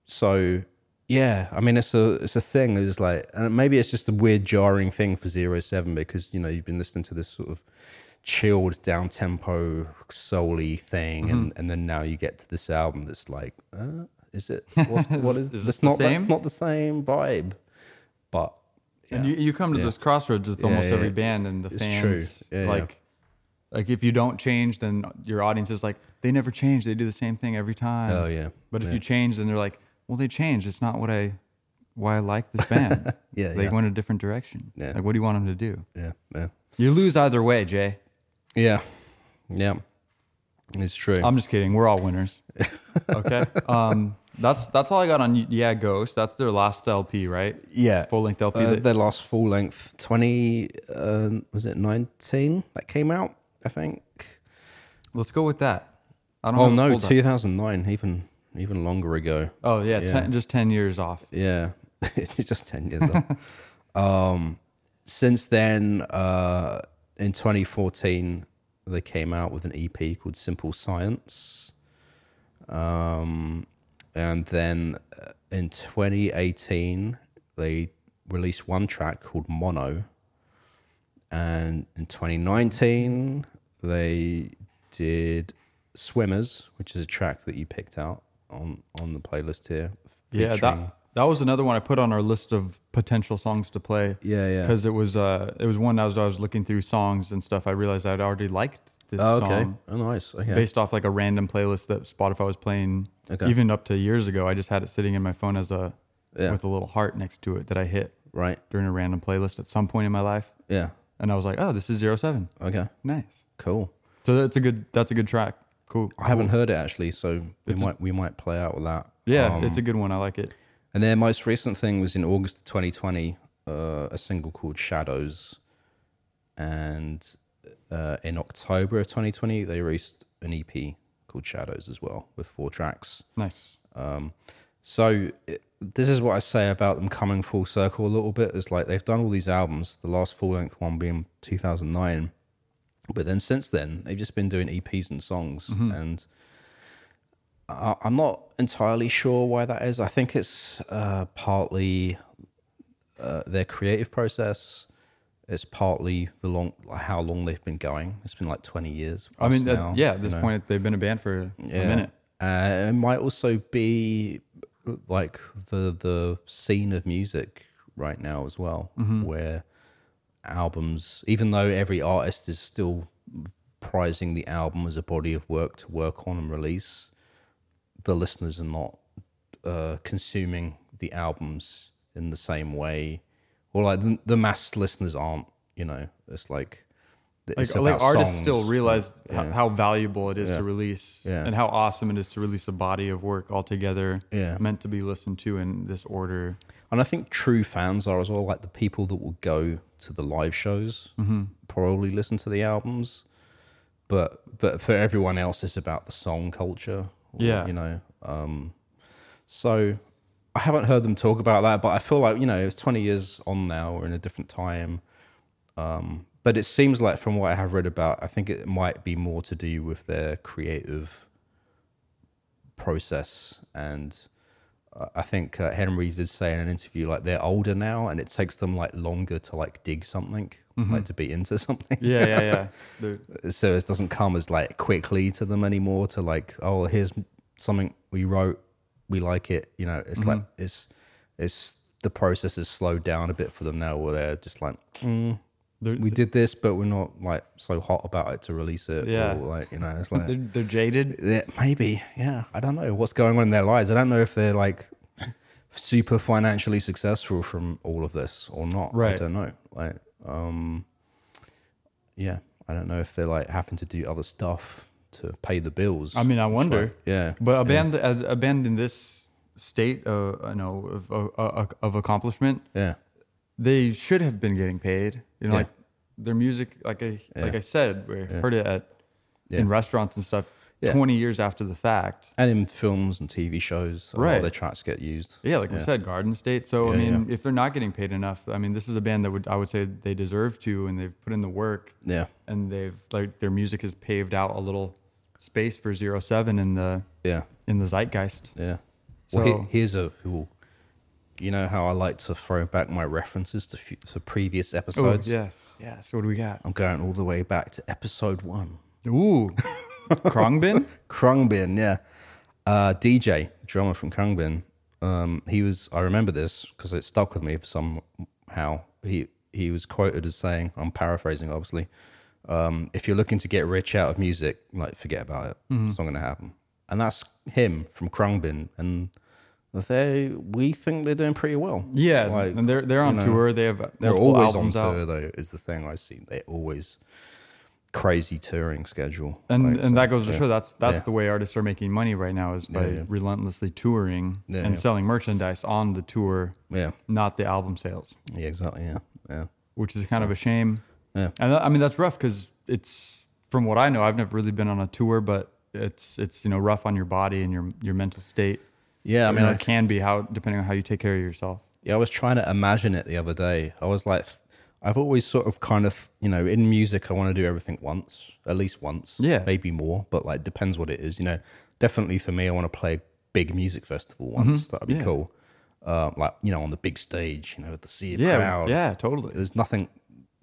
Speaker 2: so yeah, I mean it's a it's a thing. It's like and maybe it's just a weird jarring thing for Zero Seven because you know you've been listening to this sort of chilled down tempo soul-y thing
Speaker 3: Mm-hmm.
Speaker 2: and and then now you get to this album that's like uh, is it what's, what is,
Speaker 3: Is
Speaker 2: that's
Speaker 3: it the
Speaker 2: not that's
Speaker 3: same?
Speaker 2: not the same vibe but
Speaker 3: And you, you come to
Speaker 2: Yeah.
Speaker 3: this crossroads with almost
Speaker 2: yeah,
Speaker 3: every
Speaker 2: yeah.
Speaker 3: band and the
Speaker 2: It's
Speaker 3: fans.
Speaker 2: true. Yeah, yeah.
Speaker 3: like, like if you don't change, then your audience is like, they never change. They do the same thing every time.
Speaker 2: Oh, yeah.
Speaker 3: But if
Speaker 2: Yeah.
Speaker 3: you change, then they're like, well, they changed. It's not what I, why I like this band.
Speaker 2: Yeah,
Speaker 3: They
Speaker 2: yeah.
Speaker 3: went a different direction.
Speaker 2: Yeah.
Speaker 3: Like, what do you want them to do?
Speaker 2: Yeah, yeah,
Speaker 3: You lose either way, Jay.
Speaker 2: yeah, yeah. It's true.
Speaker 3: I'm just kidding. We're all winners. okay. Um, that's that's all I got on Y- Yeah Ghost. That's their last LP, right?
Speaker 2: yeah,
Speaker 3: Full length LP.
Speaker 2: Uh,
Speaker 3: that-
Speaker 2: their last full length twenty um, was it nineteen that came out? I think.
Speaker 3: let's go with that. I don't
Speaker 2: Oh
Speaker 3: have it
Speaker 2: no,
Speaker 3: pulled up.
Speaker 2: two thousand nine, even even longer ago.
Speaker 3: Oh yeah,
Speaker 2: Yeah.
Speaker 3: Ten, just ten years off.
Speaker 2: Yeah, it's just ten years old. um, since then, uh, in 2014, they came out with an EP called Simple Science. Um, and then uh, in 2018, they released one track called Mono. And in 2019, they did Swimmers, which is a track that you picked out on on the playlist here.
Speaker 3: Yeah,
Speaker 2: featuring-
Speaker 3: that that was another one I put on our list of potential songs to play.
Speaker 2: Yeah, yeah.
Speaker 3: Because it was uh, it was one I was I was looking through songs and stuff. I realized I'd already liked this
Speaker 2: Oh, okay.
Speaker 3: song
Speaker 2: Oh, nice. Okay.
Speaker 3: based off like a random playlist that Spotify was playing.
Speaker 2: Okay.
Speaker 3: Even up to years ago, I just had it sitting in my phone as a
Speaker 2: Yeah.
Speaker 3: with a little heart next to it that I hit
Speaker 2: right.
Speaker 3: during a random playlist at some point in my life.
Speaker 2: Yeah.
Speaker 3: And I was like, oh, this is zero seven.
Speaker 2: Okay.
Speaker 3: Nice.
Speaker 2: Cool.
Speaker 3: So that's a good that's a good track. Cool.
Speaker 2: I haven't heard it actually, so we might we might play out with that.
Speaker 3: Yeah,
Speaker 2: Um,
Speaker 3: it's a good one. I like it.
Speaker 2: and their most recent thing was in August of 2020, uh, a single called Shadows, and uh, in October of 2020 they released an EP called Shadows as well with four tracks.
Speaker 3: Nice.
Speaker 2: So it, this is what I say about them coming full circle a little bit. Is like they've done all these albums, the last full length one being 2009, but then since then they've just been doing EPs and songs,
Speaker 3: Mm-hmm.
Speaker 2: and I, I'm not entirely sure why that is. I think it's uh, partly uh, their creative process. It's partly the long how long they've been going. It's been like 20 years.
Speaker 3: I mean,
Speaker 2: plus
Speaker 3: that-
Speaker 2: now,
Speaker 3: yeah. At
Speaker 2: you
Speaker 3: this
Speaker 2: know?
Speaker 3: point, they've been a band for a minute.
Speaker 2: Uh, it might also be like the the scene of music right now as well,
Speaker 3: Mm-hmm.
Speaker 2: where albums, even though every artist is still prizing the album as a body of work to work on and release, the listeners are not uh, consuming the albums in the same way, or like the, the mass listeners aren't. You know, it's like
Speaker 3: Like,
Speaker 2: it's
Speaker 3: like
Speaker 2: about
Speaker 3: artists
Speaker 2: songs.
Speaker 3: still realize how, how valuable it is to release
Speaker 2: Yeah.
Speaker 3: and how awesome it is to release a body of work altogether
Speaker 2: Yeah.
Speaker 3: meant to be listened to in this order.
Speaker 2: And I think true fans are as well, like the people that will go to the live shows, probably listen to the albums. But but for everyone else, it's about the song culture. or,
Speaker 3: Yeah.
Speaker 2: you know. Um, so I haven't heard them talk about that, but I feel like you know it's twenty years on now. We're in a different time. Um, but it seems like from what I have read about, I think it might be more to do with their creative process and uh, I think uh, Henry did say in an interview like they're older now and it takes them like longer to like dig something like to be into something
Speaker 3: Yeah, yeah, yeah. They're-
Speaker 2: so it doesn't come as like quickly to them anymore to like oh here's something we wrote we like it you know it's like it's it's the process is slowed down a bit for them now where they're just like mm,
Speaker 3: They're-
Speaker 2: we did this but we're not like so hot about it to release it
Speaker 3: Yeah.
Speaker 2: or like you know it's like
Speaker 3: they're, they're jaded.
Speaker 2: yeah, maybe, yeah. I don't know what's going on in their lives. I don't know if they're like super financially successful from all of this or not. I
Speaker 3: Right.
Speaker 2: don't know. Like, um, yeah, I don't know if they're like having to do other stuff to pay the bills.
Speaker 3: I mean, I
Speaker 2: It's
Speaker 3: wonder.
Speaker 2: like- yeah,
Speaker 3: But a band, as a band in this state, uh, you know, of, of, of, of accomplishment,
Speaker 2: yeah,
Speaker 3: they should have been getting paid. You know,
Speaker 2: Yeah.
Speaker 3: like their music, like I like I said, we heard it at
Speaker 2: Yeah.
Speaker 3: in restaurants and stuff.
Speaker 2: Yeah.
Speaker 3: Twenty years after the fact.
Speaker 2: and in films and TV shows, right?
Speaker 3: Right.
Speaker 2: All their tracks get used.
Speaker 3: Yeah, like we said, Garden State. So I
Speaker 2: Yeah,
Speaker 3: mean, if they're not getting paid enough, I mean, this is a band that would I would say they deserve to, and they've put in the work,
Speaker 2: Yeah,
Speaker 3: and they've like their music has paved out a little space for zero seven in the
Speaker 2: yeah.
Speaker 3: in the zeitgeist.
Speaker 2: Yeah. well,
Speaker 3: So-
Speaker 2: he, here's a cool. You know how I like to throw back my references to, fu- to previous
Speaker 3: Oh,
Speaker 2: episodes.
Speaker 3: yes, yes. What do we got?
Speaker 2: I'm going all the way back to episode one.
Speaker 3: Ooh, Krongbin.
Speaker 2: Krungbin, yeah. Uh, DJ, drummer from Krungbin. Um, he was, I remember this because it stuck with me somehow. He, he was quoted as saying, I'm paraphrasing obviously, Um, if you're looking to get rich out of music, like forget about it.
Speaker 3: Mm-hmm.
Speaker 2: It's not going to happen. And that's him from Krongbin, and they we think they're doing pretty well.
Speaker 3: Yeah,
Speaker 2: Like,
Speaker 3: and they're they're on
Speaker 2: you know,
Speaker 3: tour. They have
Speaker 2: They're
Speaker 3: multiple
Speaker 2: always on
Speaker 3: albums out.
Speaker 2: tour though. Is the thing I see. They're always crazy touring schedule.
Speaker 3: and
Speaker 2: Like,
Speaker 3: and
Speaker 2: so,
Speaker 3: that goes to
Speaker 2: yeah.
Speaker 3: show that's that's
Speaker 2: Yeah.
Speaker 3: the way artists are making money right now is by
Speaker 2: Yeah, yeah.
Speaker 3: relentlessly touring
Speaker 2: Yeah,
Speaker 3: and
Speaker 2: yeah.
Speaker 3: selling merchandise on the tour,
Speaker 2: Yeah,
Speaker 3: not the album sales,
Speaker 2: yeah, exactly. Yeah, yeah.
Speaker 3: which is kind of a shame.
Speaker 2: Yeah.
Speaker 3: And that- I mean that's rough because it's from what I know, I've never really been on a tour, but it's it's you know rough on your body and your your mental state.
Speaker 2: Yeah, I
Speaker 3: You
Speaker 2: mean,
Speaker 3: know,
Speaker 2: I
Speaker 3: it can be how depending on how you take care of yourself.
Speaker 2: Yeah, I was trying to imagine it the other day. I was like, I've always sort of kind of, you know, in music, I want to do everything once, at least once.
Speaker 3: Yeah.
Speaker 2: Maybe more, but like depends what it is. You know, definitely for me, I want to play a big music festival once. That'd be
Speaker 3: Mm-hmm. Yeah.
Speaker 2: cool. Uh, like, you know, on the big stage, you know, with the sea of
Speaker 3: Yeah,
Speaker 2: crowd.
Speaker 3: yeah, totally.
Speaker 2: There's nothing,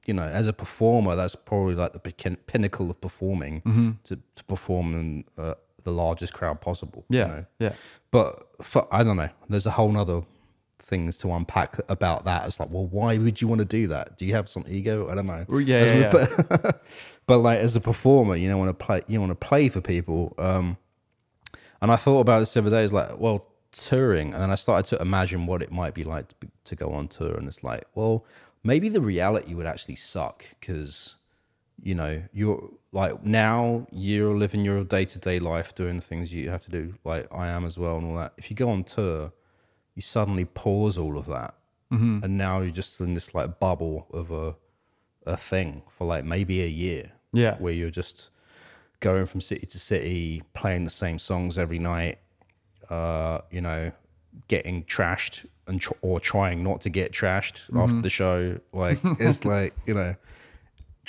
Speaker 2: you know, as a performer, that's probably like the pin- pinnacle of performing
Speaker 3: Mm-hmm.
Speaker 2: to, to perform in uh, the largest crowd possible. you
Speaker 3: Yeah,
Speaker 2: know?
Speaker 3: yeah.
Speaker 2: But for, I don't know. There's a whole nother things to unpack about that. It's like, well, why would you want to do that? Do you have some ego? I don't know.
Speaker 3: Well, yeah,
Speaker 2: As
Speaker 3: yeah,
Speaker 2: we put- but like as a performer, you know, want to play. You want to play for people. Um, and I thought about this the other day. It's like, well, touring, and then I started to imagine what it might be like to, be, to go on tour, and it's like, well, maybe the reality would actually suck because you know you're like now you're living your day-to-day life doing the things you have to do like i am as well and all that if you go on tour you suddenly pause all of that and now you're just in this like bubble of a a thing for like maybe a year
Speaker 3: Yeah.
Speaker 2: where you're just going from city to city playing the same songs every night uh you know getting trashed and tr- or trying not to get trashed
Speaker 3: Mm-hmm.
Speaker 2: after the show like it's like you know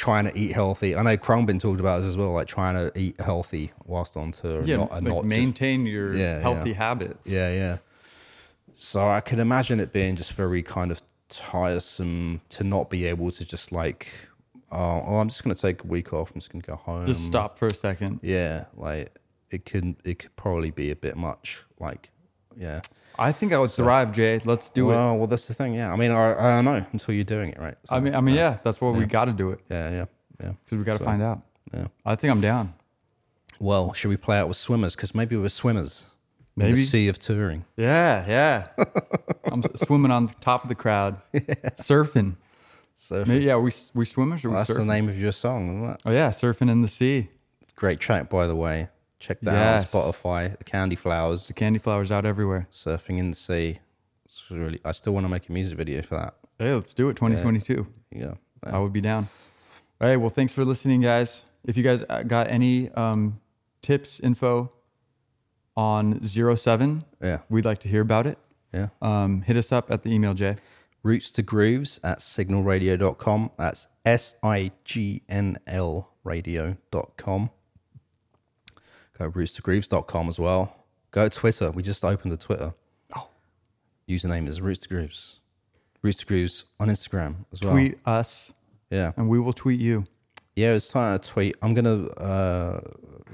Speaker 2: trying to eat healthy. I know Cronbin talked about this as well, like trying to eat healthy whilst on tour.
Speaker 3: Yeah,
Speaker 2: not, and
Speaker 3: like
Speaker 2: not just-
Speaker 3: maintain your
Speaker 2: Yeah, yeah.
Speaker 3: healthy habits.
Speaker 2: yeah, yeah. So I could imagine it being just very kind of tiresome to not be able to just like, oh, oh I'm just going to take a week off. I'm just going to go home.
Speaker 3: Just stop for a second.
Speaker 2: Um, Yeah, like it could it could probably be a bit much. Like, yeah.
Speaker 3: I think I would thrive, Jay. Let's do it.
Speaker 2: Well, well, that's the thing. Yeah, I mean, I, I don't know until you're doing it, right? So,
Speaker 3: I mean, I mean, yeah, that's what we got to do it
Speaker 2: yeah, yeah, yeah.
Speaker 3: because we got to find out.
Speaker 2: yeah.
Speaker 3: I think I'm down.
Speaker 2: Well, should we play out with swimmers? Because maybe we're swimmers. In
Speaker 3: Maybe.
Speaker 2: the sea of touring.
Speaker 3: Yeah, yeah. I'm s- swimming on the top of the crowd, surfing.
Speaker 2: So
Speaker 3: Maybe, yeah, we s- we swimmers or we
Speaker 2: that's the
Speaker 3: surfing.
Speaker 2: name of your song. isn't it?
Speaker 3: Oh yeah, surfing in the sea.
Speaker 2: Great track, by the way. Check that
Speaker 3: Yes.
Speaker 2: out on Spotify. The Candy Flowers,
Speaker 3: The candy flowers out everywhere.
Speaker 2: surfing in the sea. It's really. I still want to make a music video for that.
Speaker 3: Hey, let's do it. 2022.
Speaker 2: Yeah.
Speaker 3: I would be down. All right. Well, thanks for listening, guys. If you guys uh, got any um, tips, info on zero seven,
Speaker 2: Yeah.
Speaker 3: we'd like to hear about it.
Speaker 2: Yeah.
Speaker 3: Um, hit us up at the email, Jay.
Speaker 2: Roots to Grooves at signalradio.com. That's S I G N L radio.com. Go to roots to grooves.com as well. Go to Twitter. We just opened the Twitter. Oh. Username is roots to grooves. Roots to grooves on Instagram as well.
Speaker 3: Tweet us,
Speaker 2: Yeah.
Speaker 3: and we will tweet you.
Speaker 2: Yeah, it's time to tweet. I'm going to, uh,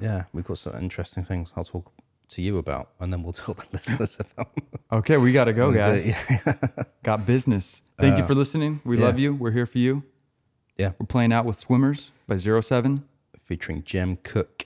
Speaker 2: yeah, we've got some interesting things I'll talk to you about and then we'll tell the listeners about
Speaker 3: Okay, we gotta go,
Speaker 2: Yeah,
Speaker 3: guys. Got business. Thank you for listening. We
Speaker 2: Uh, yeah.
Speaker 3: love you. We're here for you.
Speaker 2: Yeah.
Speaker 3: We're playing out with Swimmers by Zero Seven.
Speaker 2: Featuring Jem Cook.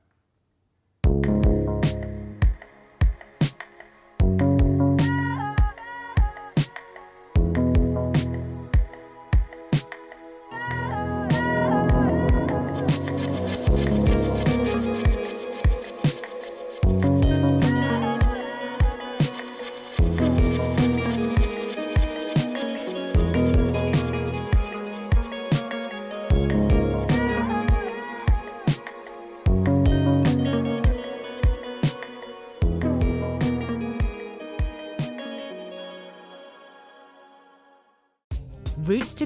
Speaker 1: Roots to